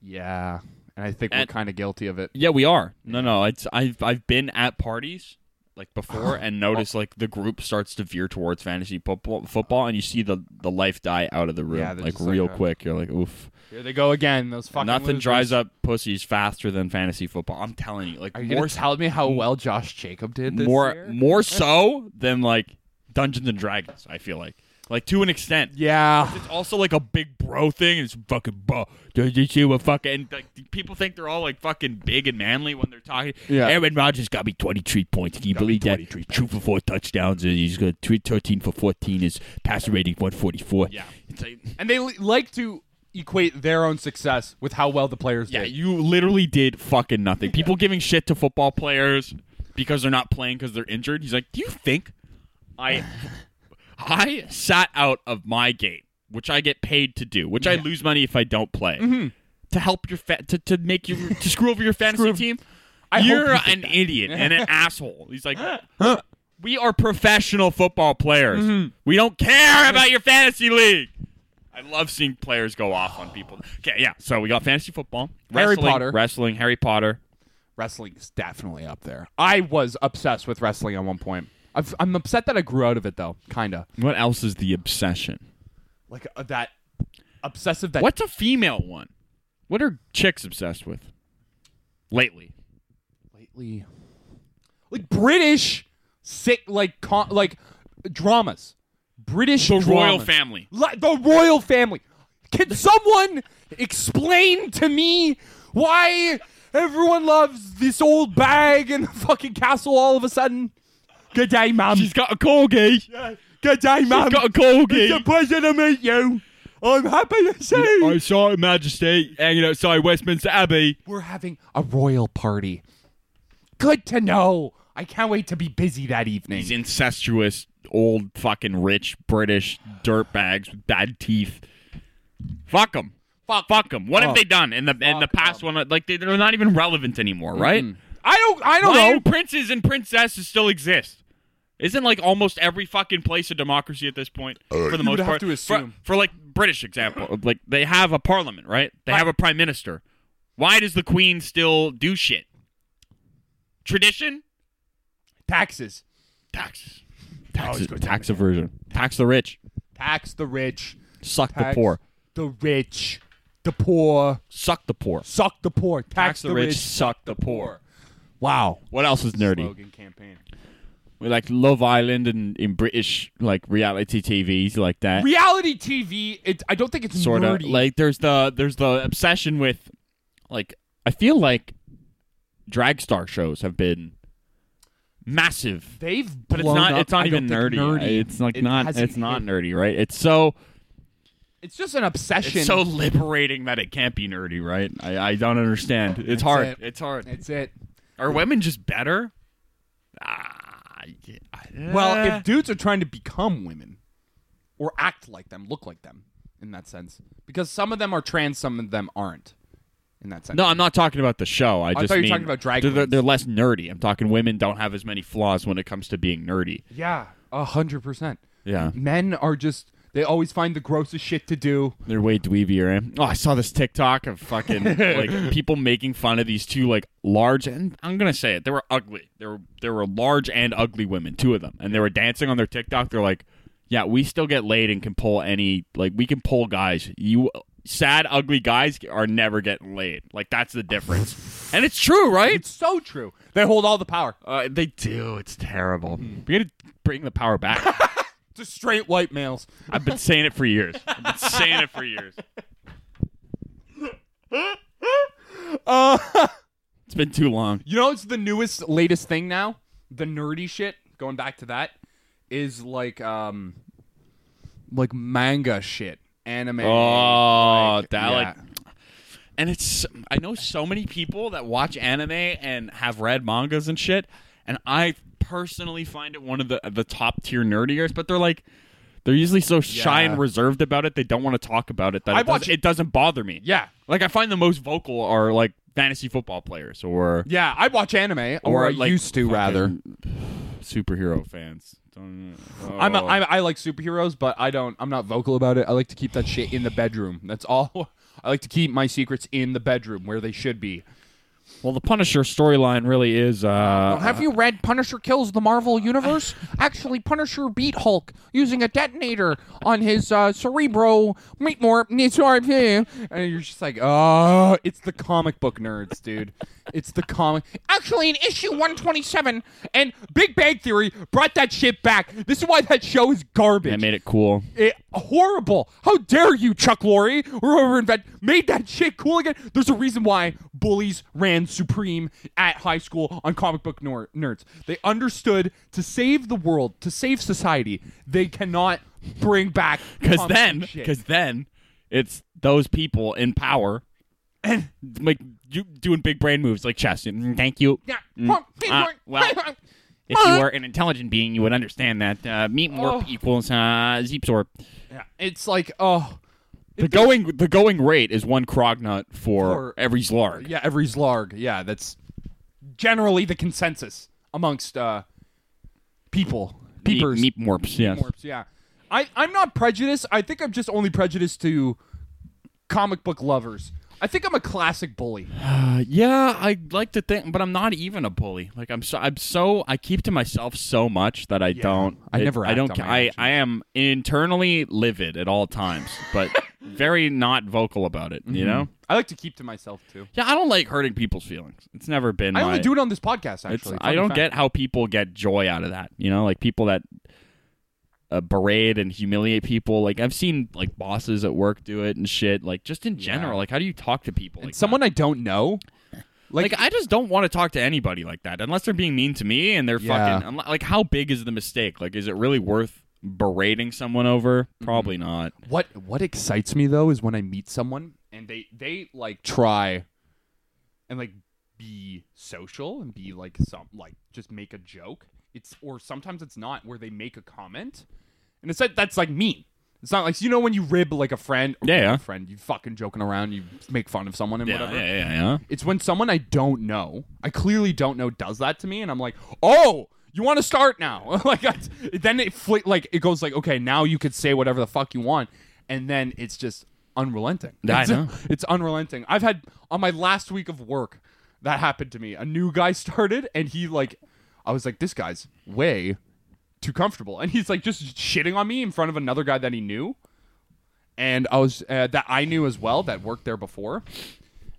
S3: yeah," and I think
S2: And-
S3: we're kind of guilty of it.
S2: Yeah, we are. No, no, it's I've I've been at parties like before and noticed like the group starts to veer towards fantasy football, football and you see the the life die out of the room
S3: Yeah, they're
S2: like
S3: just like,
S2: real
S3: uh,
S2: quick. You're like, oof.
S3: Here they go again. Those fucking
S2: Nothing
S3: losers.
S2: dries up pussies faster than fantasy football. I'm telling you, like
S3: Are you
S2: more
S3: gonna tell me how well Josh Jacob did this
S2: more
S3: year?
S2: more so than like Dungeons and Dragons. I feel like like to an extent.
S3: Yeah,
S2: It's also like a big bro thing. It's fucking bro. Did you see what fucking like, people think they're all like fucking big and manly when they're talking?
S3: Yeah.
S2: Aaron Rodgers got me 23 points. Can you believe that? Two for four touchdowns. And he's got three, 13 for 14. His passer rating 144. Yeah. It's like,
S3: and they li- like to equate their own success with how well the players
S2: yeah,
S3: did.
S2: you literally did fucking nothing. People giving shit to football players because they're not playing because they're injured. He's like, do you think I I sat out of my game, which I get paid to do, which I lose money if I don't play, to help your fa- to to make you to screw over your fantasy team?
S3: hope
S2: You're
S3: you think
S2: an idiot and an asshole. He's like. We are professional football players. We don't care about your fantasy league. I love seeing players go off on people. Okay, yeah. So we got fantasy football,
S3: Harry
S2: wrestling,
S3: Potter.
S2: wrestling, Harry Potter.
S3: Wrestling is definitely up there. I was obsessed with wrestling at one point. I've, I'm upset that I grew out of it though, kinda.
S2: What else is the obsession?
S3: Like uh, that obsessive that
S2: What's a female one? What are chicks obsessed with lately?
S3: lately like british sick like con- like dramas british
S2: The royal
S3: dramas.
S2: family.
S3: like the royal family can someone explain to me why everyone loves this old bag in the fucking castle all of a sudden good day mum
S2: She's got a corgi. She's
S3: good day mum
S2: got a
S3: it's a
S2: corgi.
S3: pleasure to meet you i'm happy to see you
S2: I saw Her Majesty hanging outside Westminster Abbey.
S3: We're having a royal party. Good to know. I can't wait to be busy that evening.
S2: These incestuous, old, fucking rich British dirtbags with bad teeth. Fuck them. Fuck, fuck them. What have they done in the in the past one? Like they, they're not even relevant anymore, right?
S3: I don't. I don't
S2: Why do
S3: know.
S2: princes and princesses still exist? Isn't like almost every fucking place a democracy at this point? for the most
S3: Uh, have
S2: part,
S3: to
S2: For-
S3: assume.
S2: For, like British example, like they have a parliament, right? They have a prime minister. Why does the queen still do shit? Tradition,
S3: Taxes.
S2: taxes, taxes, tax aversion, tax the rich,
S3: Tax the rich.
S2: suck the
S3: Tax
S2: poor,
S3: The rich. The poor.
S2: suck the poor, tax,
S3: Suck the poor. Tax,
S2: the rich, suck the poor.
S3: Wow.
S2: What else is nerdy?
S3: campaign.
S2: We like Love Island and in British like reality TVs like that.
S3: Reality TV. It. I don't think it's
S2: sort of
S3: nerdy.
S2: like there's the there's the obsession with like I feel like drag star shows have been massive
S3: they've.
S2: but it's
S3: blown
S2: not
S3: up.
S2: it's not
S3: I don't
S2: even nerdy.
S3: think nerdy.
S2: it's like
S3: It
S2: not
S3: hasn't
S2: it's not
S3: hit.
S2: nerdy right it's so
S3: It's just an obsession.
S2: it's so liberating that it can't be nerdy right I, I don't understand it's hard
S3: it.
S2: it's hard
S3: That's it.
S2: are women just better ah, yeah.
S3: Well,
S2: Eh.
S3: if dudes are trying to become women or act like them, look like them in that sense, because some of them are trans, some of them aren't in that sense.
S2: No, I'm not talking about the show. I,
S3: thought
S2: just
S3: you were
S2: mean
S3: talking about drag
S2: they're, they're-
S3: queens.
S2: they're less nerdy. I'm talking women don't have as many flaws when it comes to being nerdy.
S3: Yeah, a hundred percent.
S2: Yeah.
S3: Men are just. They always find the grossest shit to do.
S2: They're way dweebier. Eh? Oh, I saw this TikTok of fucking like people making fun of these two like large and I'm gonna say it. They were ugly. There were there were large and ugly women, two of them, and they were dancing on their TikTok. They're like, yeah, we still get laid and can pull any like we can pull guys. You sad, ugly guys are never getting laid. Like that's the difference, and it's true, right?
S3: It's so true. They hold all the power.
S2: Uh, they do. It's terrible. We gotta bring the power back.
S3: Just straight white males.
S2: I've been saying it for years. I've been saying it for years.
S3: Uh,
S2: It's been too long.
S3: you know, it's the newest, latest thing now. The nerdy shit. Going back to that is like, um, like manga shit, anime.
S2: Oh,
S3: like,
S2: that
S3: yeah.
S2: like, and it's I know so many people that watch anime and have read mangas and shit, and I personally find it one of the the top tier nerdiers. But they're like, they're usually so shy
S3: Yeah.
S2: and reserved about it, they don't want to talk about it. That
S3: I
S2: it, does,
S3: watch-
S2: it doesn't bother me.
S3: yeah,
S2: like I find the most vocal are like fantasy football players or
S3: yeah. I watch anime, or, I
S2: like,
S3: used to rather.
S2: fucking superhero fans. Don't- oh.
S3: I'm, I'm I like superheroes, but I don't. I'm not vocal about it. I like to keep that shit in the bedroom. That's all. I like to keep my secrets in the bedroom where they should be.
S2: well, the Punisher storyline really is. Uh,
S6: Have you read Punisher Kills the Marvel Universe? Actually, Punisher beat Hulk using a detonator on his uh, cerebro meat morph.
S3: And you're just like, oh, it's the comic book nerds, dude. It's the comic.
S6: Actually, in issue 127,
S3: And Big Bang Theory brought that shit back. This is why that show is garbage.
S2: that made it cool.
S3: It- Eh, horrible. How dare you, Chuck Lorre, or whoever invent made that shit cool again? There's a reason why bullies ran supreme at high school on comic book nor- nerds. They understood to save the world, to save society, they cannot bring back
S2: Because
S3: comic book
S2: then,
S3: shit.
S2: because then, it's those people in power and like you, doing big brain moves like chess. Mm, Thank you.
S6: yeah.
S2: Uh, well, if you were an intelligent being, you would understand that uh, meat morph
S3: Uh-huh. Oh.
S2: equals uh, zeep sorp.
S3: it's like, oh,
S2: The going the going rate is one crognut for,
S3: For-
S2: every zlarg.
S3: yeah, every Zlarg. Yeah, that's generally the consensus amongst uh, people.
S2: Meat,
S3: Peepers.
S2: meat morphs. Yes.
S3: Morphs, yeah. I, I'm not prejudiced. I think I'm just only prejudiced to comic book lovers. I think I'm a classic bully.
S2: Uh, yeah, I like to think, but I'm not even a bully. Like I'm so I'm so I keep to myself so much that I don't.
S3: I never
S2: I
S3: act
S2: don't.
S3: on
S2: ca-
S3: my
S2: I I am internally livid at all times, but very not vocal about it.
S3: Mm-hmm.
S2: You know.
S3: I like to keep to myself too.
S2: Yeah, I don't like hurting people's feelings. It's never been.
S3: I
S2: my,
S3: only do it on this podcast actually.
S2: It's,
S3: Fun
S2: I don't
S3: fact.
S2: get how people get joy out of that. You know, like people that uh, berate and humiliate people. Like I've seen like bosses at work do it and shit. Like just in general, like how do you talk to people? Like that?
S3: someone I don't know.
S2: Like, I just don't want to talk to anybody like that unless they're being mean to me and they're
S3: Yeah.
S2: fucking. unli- Like, how big is the mistake? Like, is it really worth berating someone over?
S3: Mm-hmm.
S2: Probably not.
S3: What what excites me though is when I meet someone and they they like try and like be social and be like some like just make a joke. It's or sometimes it's not where they make a comment and it's like that's like mean. It's not like you know when you rib like a friend. or
S2: Yeah, yeah.
S3: a friend. You fucking joking around. You make fun of someone and whatever.
S2: yeah, yeah, yeah.
S3: It's when someone I don't know, I clearly don't know, does that to me, and I'm like, oh, you want to start now? like, I, then it fl- like it goes like, okay, now you could say whatever the fuck you want, and then it's just unrelenting.
S2: I
S3: it's,
S2: know.
S3: it's unrelenting. I've had on my last week of work that happened to me. A new guy started, and he like, I was like, this guy's way too comfortable, and he's like just shitting on me in front of another guy that he knew, and I was uh, that I knew as well that worked there before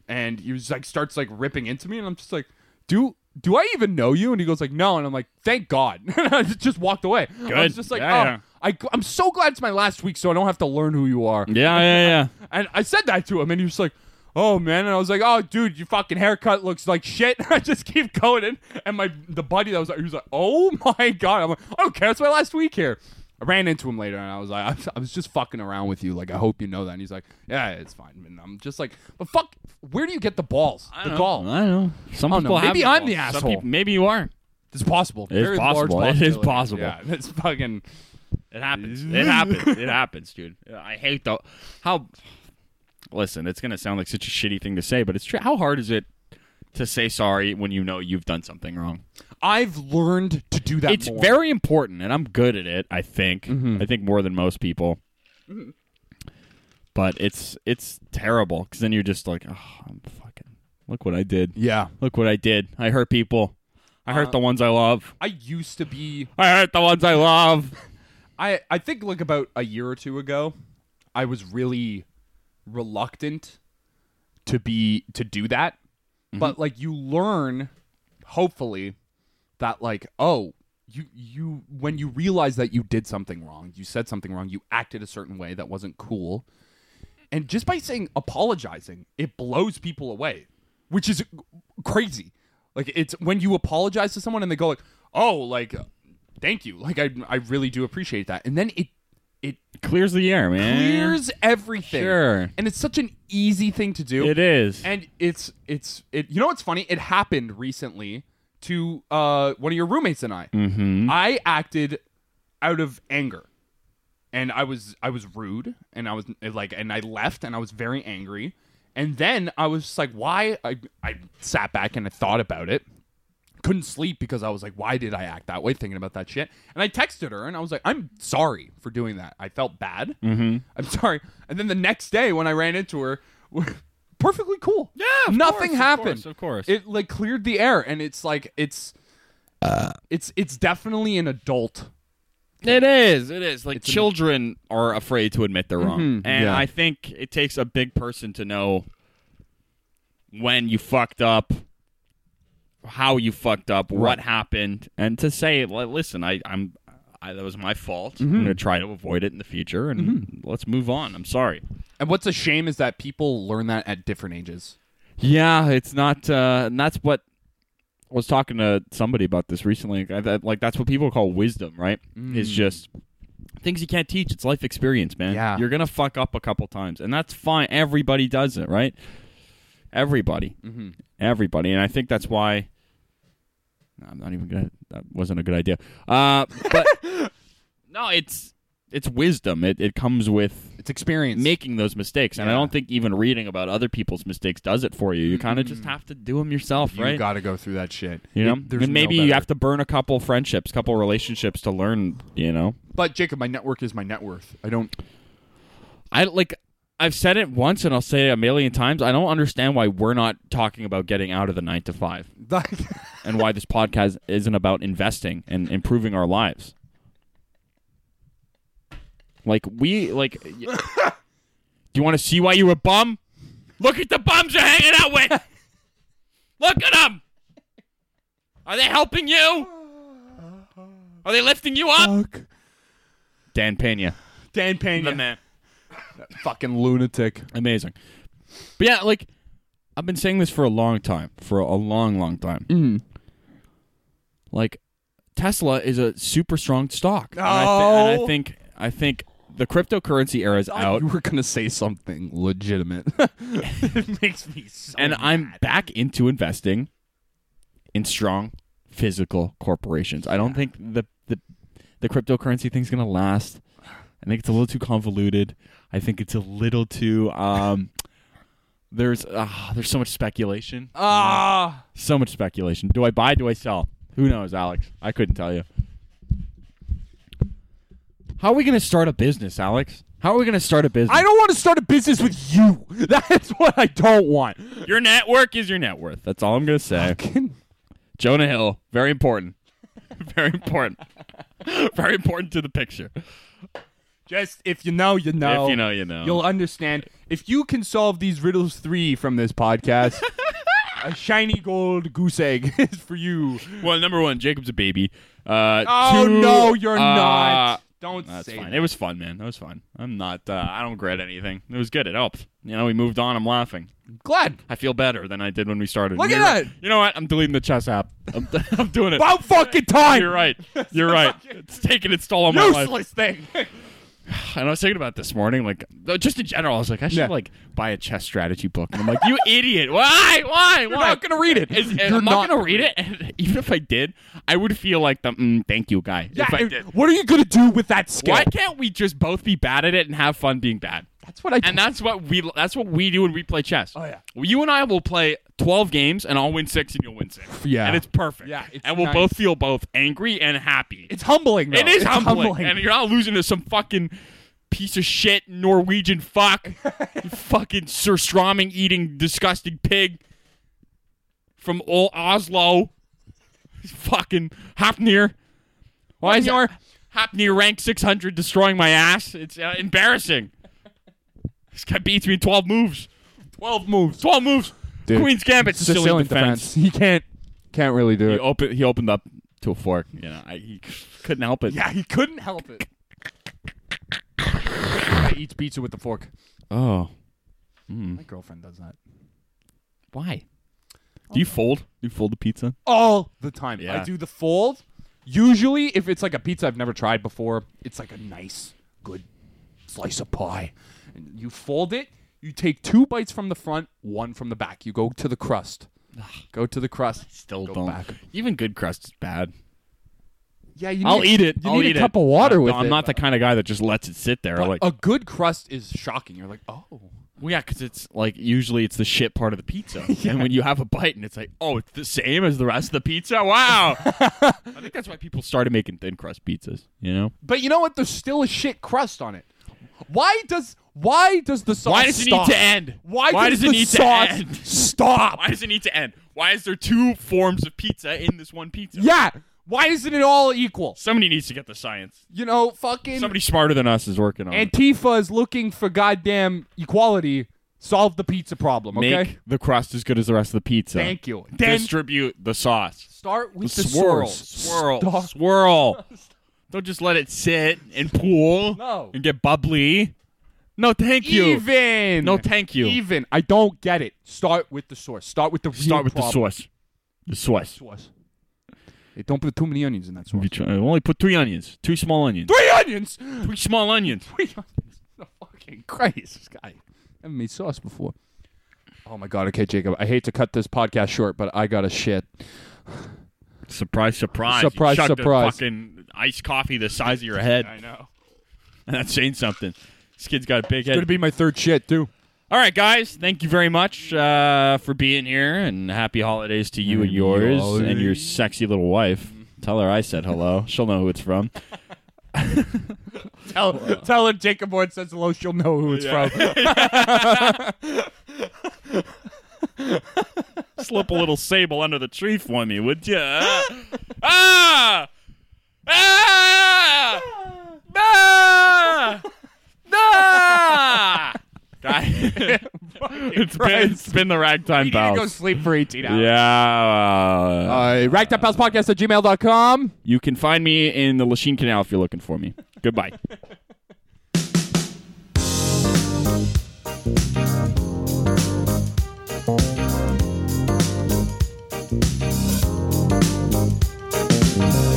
S3: and he was like starts like ripping into me and i'm just like do do i even know you and he goes like no and i'm like thank god and i just walked away i
S2: Good.
S3: was just like
S2: Yeah,
S3: oh
S2: yeah.
S3: I, i'm so glad it's my last week so i don't have to learn who you are
S2: Yeah, yeah, yeah.
S3: and i said that to him and he was like oh man and i was like oh dude your fucking haircut looks like shit i just keep going in and my the buddy that was he was like oh my god i'm like i don't care it's my last week here I ran into him later and I was like, I- I was just fucking around with you. Like, I hope you know that. And he's like, Yeah, it's fine. And I'm just like, But fuck, where do you get the balls?
S2: I
S3: the
S2: don't
S3: gall.
S2: know. Oh, I don't know. Some
S3: I don't
S2: people
S3: know.
S2: have.
S3: Maybe I'm the
S2: balls. Some
S3: asshole.
S2: people- maybe you are.
S3: It's possible.
S2: It's
S3: Very large
S2: possible. It is
S3: possibility.
S2: possible.
S3: Yeah, it's fucking.
S2: It happens. It happens. It happens, dude. I hate the how. Listen, it's gonna sound like such a shitty thing to say, but it's true. How hard is it to say sorry when you know you've done something wrong?
S3: I've learned to do that.
S2: it's
S3: more. Mm-hmm.
S2: very important and i'm good at it i think i think more than most people but it's it's terrible because then you're just like oh i'm fucking look what i did
S3: Yeah,
S2: look what i did i hurt people i hurt the ones i love
S3: I used to be.
S2: i hurt the ones i love
S3: I I think like about a year or two ago, I was really, reluctant to be to do that but like you learn hopefully that like oh you you when you realize that you did something wrong you said something wrong you acted a certain way that wasn't cool and just by saying apologizing it blows people away which is crazy like it's when you apologize to someone and they go like oh like thank you like i i really do appreciate that and then it it
S7: Clears the air, man.
S3: clears everything
S7: Eh, Sure.
S3: and it's such an easy thing to do
S7: It is.
S3: and it's it's it. You know what's funny? It happened recently to uh, one of your roommates and I. Mm-hmm. I acted out of anger, and I was I was rude, and I was like, and I left, and I was very angry. And then I was just like, why? I I sat back and I thought about it. Couldn't sleep because I was like, why did I act that way? Thinking about that shit. And I texted her and I was like, I'm sorry for doing that. I felt bad. Mm-hmm. I'm sorry. And then the next day when I ran into her, perfectly cool. Yeah,
S7: of
S3: nothing
S7: course, of
S3: happened.
S7: course, of course.
S3: it like cleared the air, and it's like it's
S7: Uh.
S3: it's it's definitely an adult.
S2: It is. It is. Like children are afraid to admit they're wrong. And
S3: Yeah.
S2: I think it takes a big person to know when you fucked up, how you fucked up, what happened, and to say, like, listen, I, I'm I, that was my fault. I'm gonna try to avoid it in the future and let's move on. I'm sorry.
S3: And what's a shame is that people learn that at different ages.
S2: Yeah, it's not uh and that's what I was talking to somebody about this recently. Like, I, that, like that's what people call wisdom, right? It's just things you can't teach. It's life experience, man.
S3: Yeah.
S2: You're going to fuck up a couple times, and that's fine. Everybody does it, right? Everybody. Mm-hmm. Everybody. And I think that's why I'm not even going to that wasn't a good idea. Uh but no, it's it's wisdom. It it comes with
S3: It's experience.
S2: making those mistakes. And I
S3: Yeah.
S2: don't think even reading about other people's mistakes does it for you. You kind of just have to do them yourself,
S3: you
S2: right?
S3: got to go through that shit.
S2: you know,
S3: It- there's
S2: and maybe
S3: no
S2: you
S3: better.
S2: have to burn a couple friendships, couple relationships to learn. You know,
S3: But Jacob, my network is my net worth. I don't.
S2: I like. I've said it once and I'll say it a million times. I don't understand why we're not talking about getting out of the nine to five and why this podcast isn't about investing and improving our lives. Like we like y- Do you want to see why you a bum? Look at the bums you're hanging out with. Look at them. Are they helping you? Are they lifting you up? Dan Pena,
S3: Dan Pena,
S2: the man.
S3: fucking lunatic.
S2: Amazing. But yeah, like I've been saying this for a long time, for a long, long time. Like Tesla is a super strong stock. And I thi- and I
S3: No.
S2: think I think the cryptocurrency era is out,
S3: You were gonna say something legitimate. it makes me so.
S2: and I'm back into investing in strong physical corporations. I don't think the the the cryptocurrency thing's gonna last. I think it's a little too convoluted. I think it's a little too um, there's ah there's so much speculation.
S3: ah.
S2: So much speculation. Do I buy? Do I sell? Who knows, Alex? I couldn't tell you. How are we going to start a business, Alex? How are we going to start a business?
S3: I don't want to start a business with you. That's what I don't want.
S2: Your network is your net worth. That's all I'm going to say. Jonah Hill, very important. very important. very important to the picture.
S3: Just if you know, you know.
S2: If you know, you know.
S3: You'll understand. If you can solve these riddles three from this podcast, a shiny gold goose egg is for you.
S2: well, number one, Jacob's a baby. Uh,
S3: Oh
S2: two,
S3: no, you're
S2: uh,
S3: not. Don't
S2: That's
S3: say
S2: fine.
S3: that.
S2: It was fun, man. That was fun. I'm not. Uh, I don't regret anything. It was good. It helped. You know, we moved on. I'm laughing.
S3: Glad.
S2: I feel better than I did when we started.
S3: Look at
S2: You're-
S3: that.
S2: You know what? I'm deleting the chess app. I'm, I'm doing it.
S3: About fucking time.
S2: You're right. You're right. It's taking its toll on my life.
S3: Useless thing.
S2: And I was thinking about it this morning, like no, just in general, I was like, I should
S3: Yeah.
S2: like buy a chess strategy book. And I'm like, you idiot! Why? Why? Why?
S3: not gonna read it.
S2: Is- and
S3: You're
S2: I'm not,
S3: not
S2: gonna read it. And even if I did, I would feel like the mm, thank you guy.
S3: Yeah,
S2: if I
S3: and
S2: did.
S3: What are you gonna do with that skill?
S2: Why can't we just both be bad at it and have fun being bad?
S3: That's what I.
S2: And that's what we that's what we do when we play chess.
S3: Oh, yeah.
S2: Well, You and I will play twelve games, and I'll win six, and you'll win six.
S3: Yeah.
S2: And it's perfect.
S3: Yeah, it's
S2: and we'll
S3: nice.
S2: both feel both angry and happy.
S3: it's humbling. Though.
S2: It is
S3: It's
S2: humbling. and you're not losing to some fucking piece of shit Norwegian fuck, you fucking Sir Stroming eating disgusting pig from old Oslo, fucking Hopnir. Why is your Hopnir rank 600 destroying my ass? It's uh, embarrassing.
S8: This guy beats me in 12 moves. 12 moves. 12 moves. Queen's Gambit. Sicilian, defense.
S3: He can't can't really do
S2: He
S3: it.
S2: opened he opened up to a fork. You know, I, he couldn't help it.
S3: Yeah, he couldn't help it. I eats pizza with the fork.
S2: Oh,
S3: My girlfriend does that
S2: why? Do you fold? Do you fold the pizza?
S3: all the time. I
S2: Yeah.
S3: do the fold. Usually, if it's like a pizza I've never tried before, it's like a nice, good slice of pie. And you fold it. You take two bites from the front, one from the back. You go to the crust. Go to the crust.
S2: Still
S3: Go
S2: don't.
S3: back.
S2: Even good crust is bad.
S3: Yeah, you.
S2: I'll
S3: need-
S2: eat it.
S3: You
S2: I'll
S3: need
S2: eat
S3: a
S2: it.
S3: cup of water
S2: No,
S3: with
S2: I'm
S3: it.
S2: not the kind of guy that just lets it sit there. Like,
S3: a good crust is shocking. You're like, oh,
S2: well, yeah, because it's like usually it's the shit part of the pizza, and when you have a bite and it's like, oh, it's the same as the rest of the pizza. Wow. I think that's why people started making thin crust pizzas. You know,
S3: but you know what? There's still a shit crust on it. Why does why does the sauce
S2: why does
S3: stop?
S2: it need to end?
S3: Why,
S2: does, it
S3: the
S2: need
S3: sauce
S2: to end?
S3: stop?
S2: Why does it need to end? Why is there two forms of pizza in this one pizza?
S3: Yeah. Why isn't it all equal?
S2: Somebody needs to get the science.
S3: You know, fucking
S2: Somebody smarter than us is working on it.
S3: Antifa is looking for goddamn equality. Solve the pizza problem,
S2: Make
S3: okay?
S2: the crust as good as the rest of the pizza.
S3: Thank you. Then
S2: Distribute the sauce.
S3: start with the,
S2: swirl,
S3: swirls.
S2: swirl,
S3: Stop.
S2: swirl. Don't just let it sit and pool
S3: No.
S2: and get bubbly. No, thank you.
S3: Even.
S2: No, thank you.
S3: Even. I don't get it. Start with the source. Start with the real
S2: Start with
S3: problem.
S2: the sauce. The sauce.
S3: sauce. Hey, don't put too many onions in that sauce.
S2: We try- Only put three onions. Two small onions.
S3: Three onions.
S2: Three small onions.
S3: Three onions. Oh, fucking Christ, this guy. Haven't made sauce before. Oh my god. Okay, Jacob. I hate to cut this podcast short, but I got a shit.
S2: Surprise, surprise.
S3: Surprise,
S2: you chugged a
S3: surprise.
S2: fucking iced coffee the size of your head. I know. And that's saying something. This kid's got a big head.
S3: Gonna be my third shit too.
S2: All right, guys. Thank you very much uh, for being here, and happy holidays to you and yours and your sexy little wife. Tell her I said hello. She'll know who it's from.
S3: Tell, tell her Jacob Ward says hello. She'll know who it's from.
S2: Slip a little sable under the tree for me, would you? ah! Ah! Ah! Ah! Guy. it's been it's been the ragtime
S3: You go
S2: pals.
S3: sleep for 18 hours.
S2: Yeah.
S3: Uh, podcast at gmail.com.
S2: You can find me in the Lachine Canal if you're looking for me. Goodbye.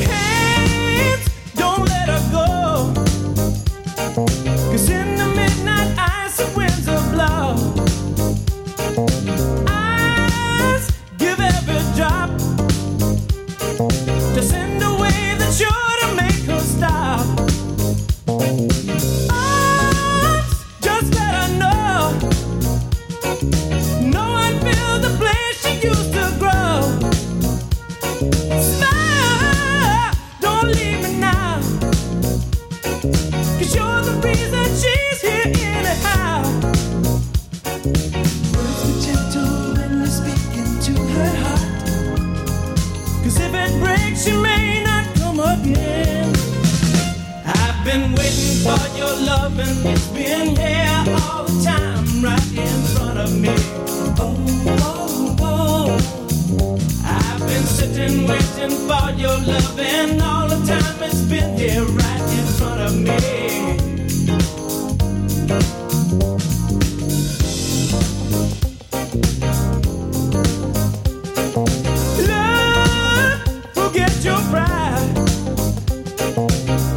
S9: Hands, don't let her go. 'Cause in the midnight ice, the winds will blow. Eyes, give every drop. Just in the way that you're to make her stop. Eyes, just let her know. No one feels the place she used to grow. Smile, don't leave me now. you you're the reason she's here anyhow. Words be gentle when you're speaking to her heart. 'Cause if it breaks, she may not come again. I've been waiting for your love and it's been here all the time, right in front of me. Oh, oh, oh. I've been sitting, waiting for your love, and all the time it's been here right in front of me. Love, forget your pride.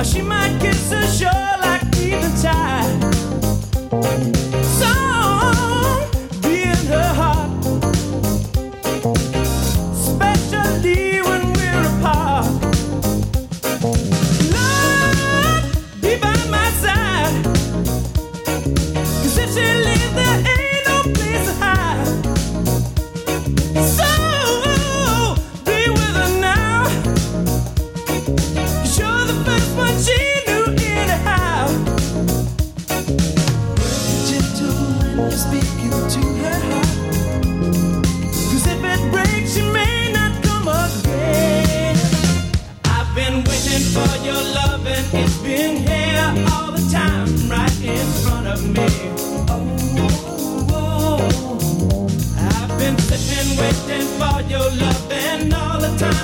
S9: She might kiss a shore like even tide. Song be in her heart especially when we're apart. Love, be by my side. 'Cause if she leaves, there ain't no place to hide. So, be with her now. 'Cause you're the first one she knew anyhow. Gentle when you're speaking to her heart. Cause if it breaks, you may not come again. Oh,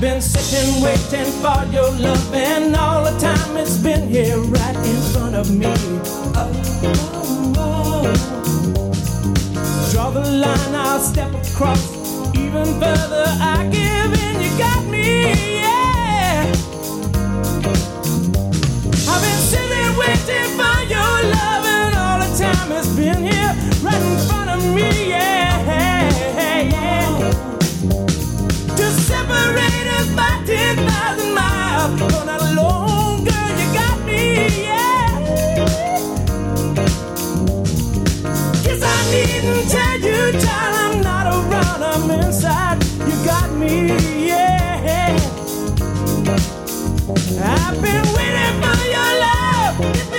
S9: been sitting, waiting for your love, and all the time it's been here right in front of me. Oh, oh, oh. Draw the line, I'll step across even further. I give in, you got me, yeah. I've been sitting, waiting for your love, and all the time it's been here right in front of me, yeah, yeah. To separate us by 10,000 miles. You're not alone, girl, you got me, yeah. Guess I needn't tell you, child, I'm not around, I'm inside. You got me, yeah. I've been waiting for your love. It's been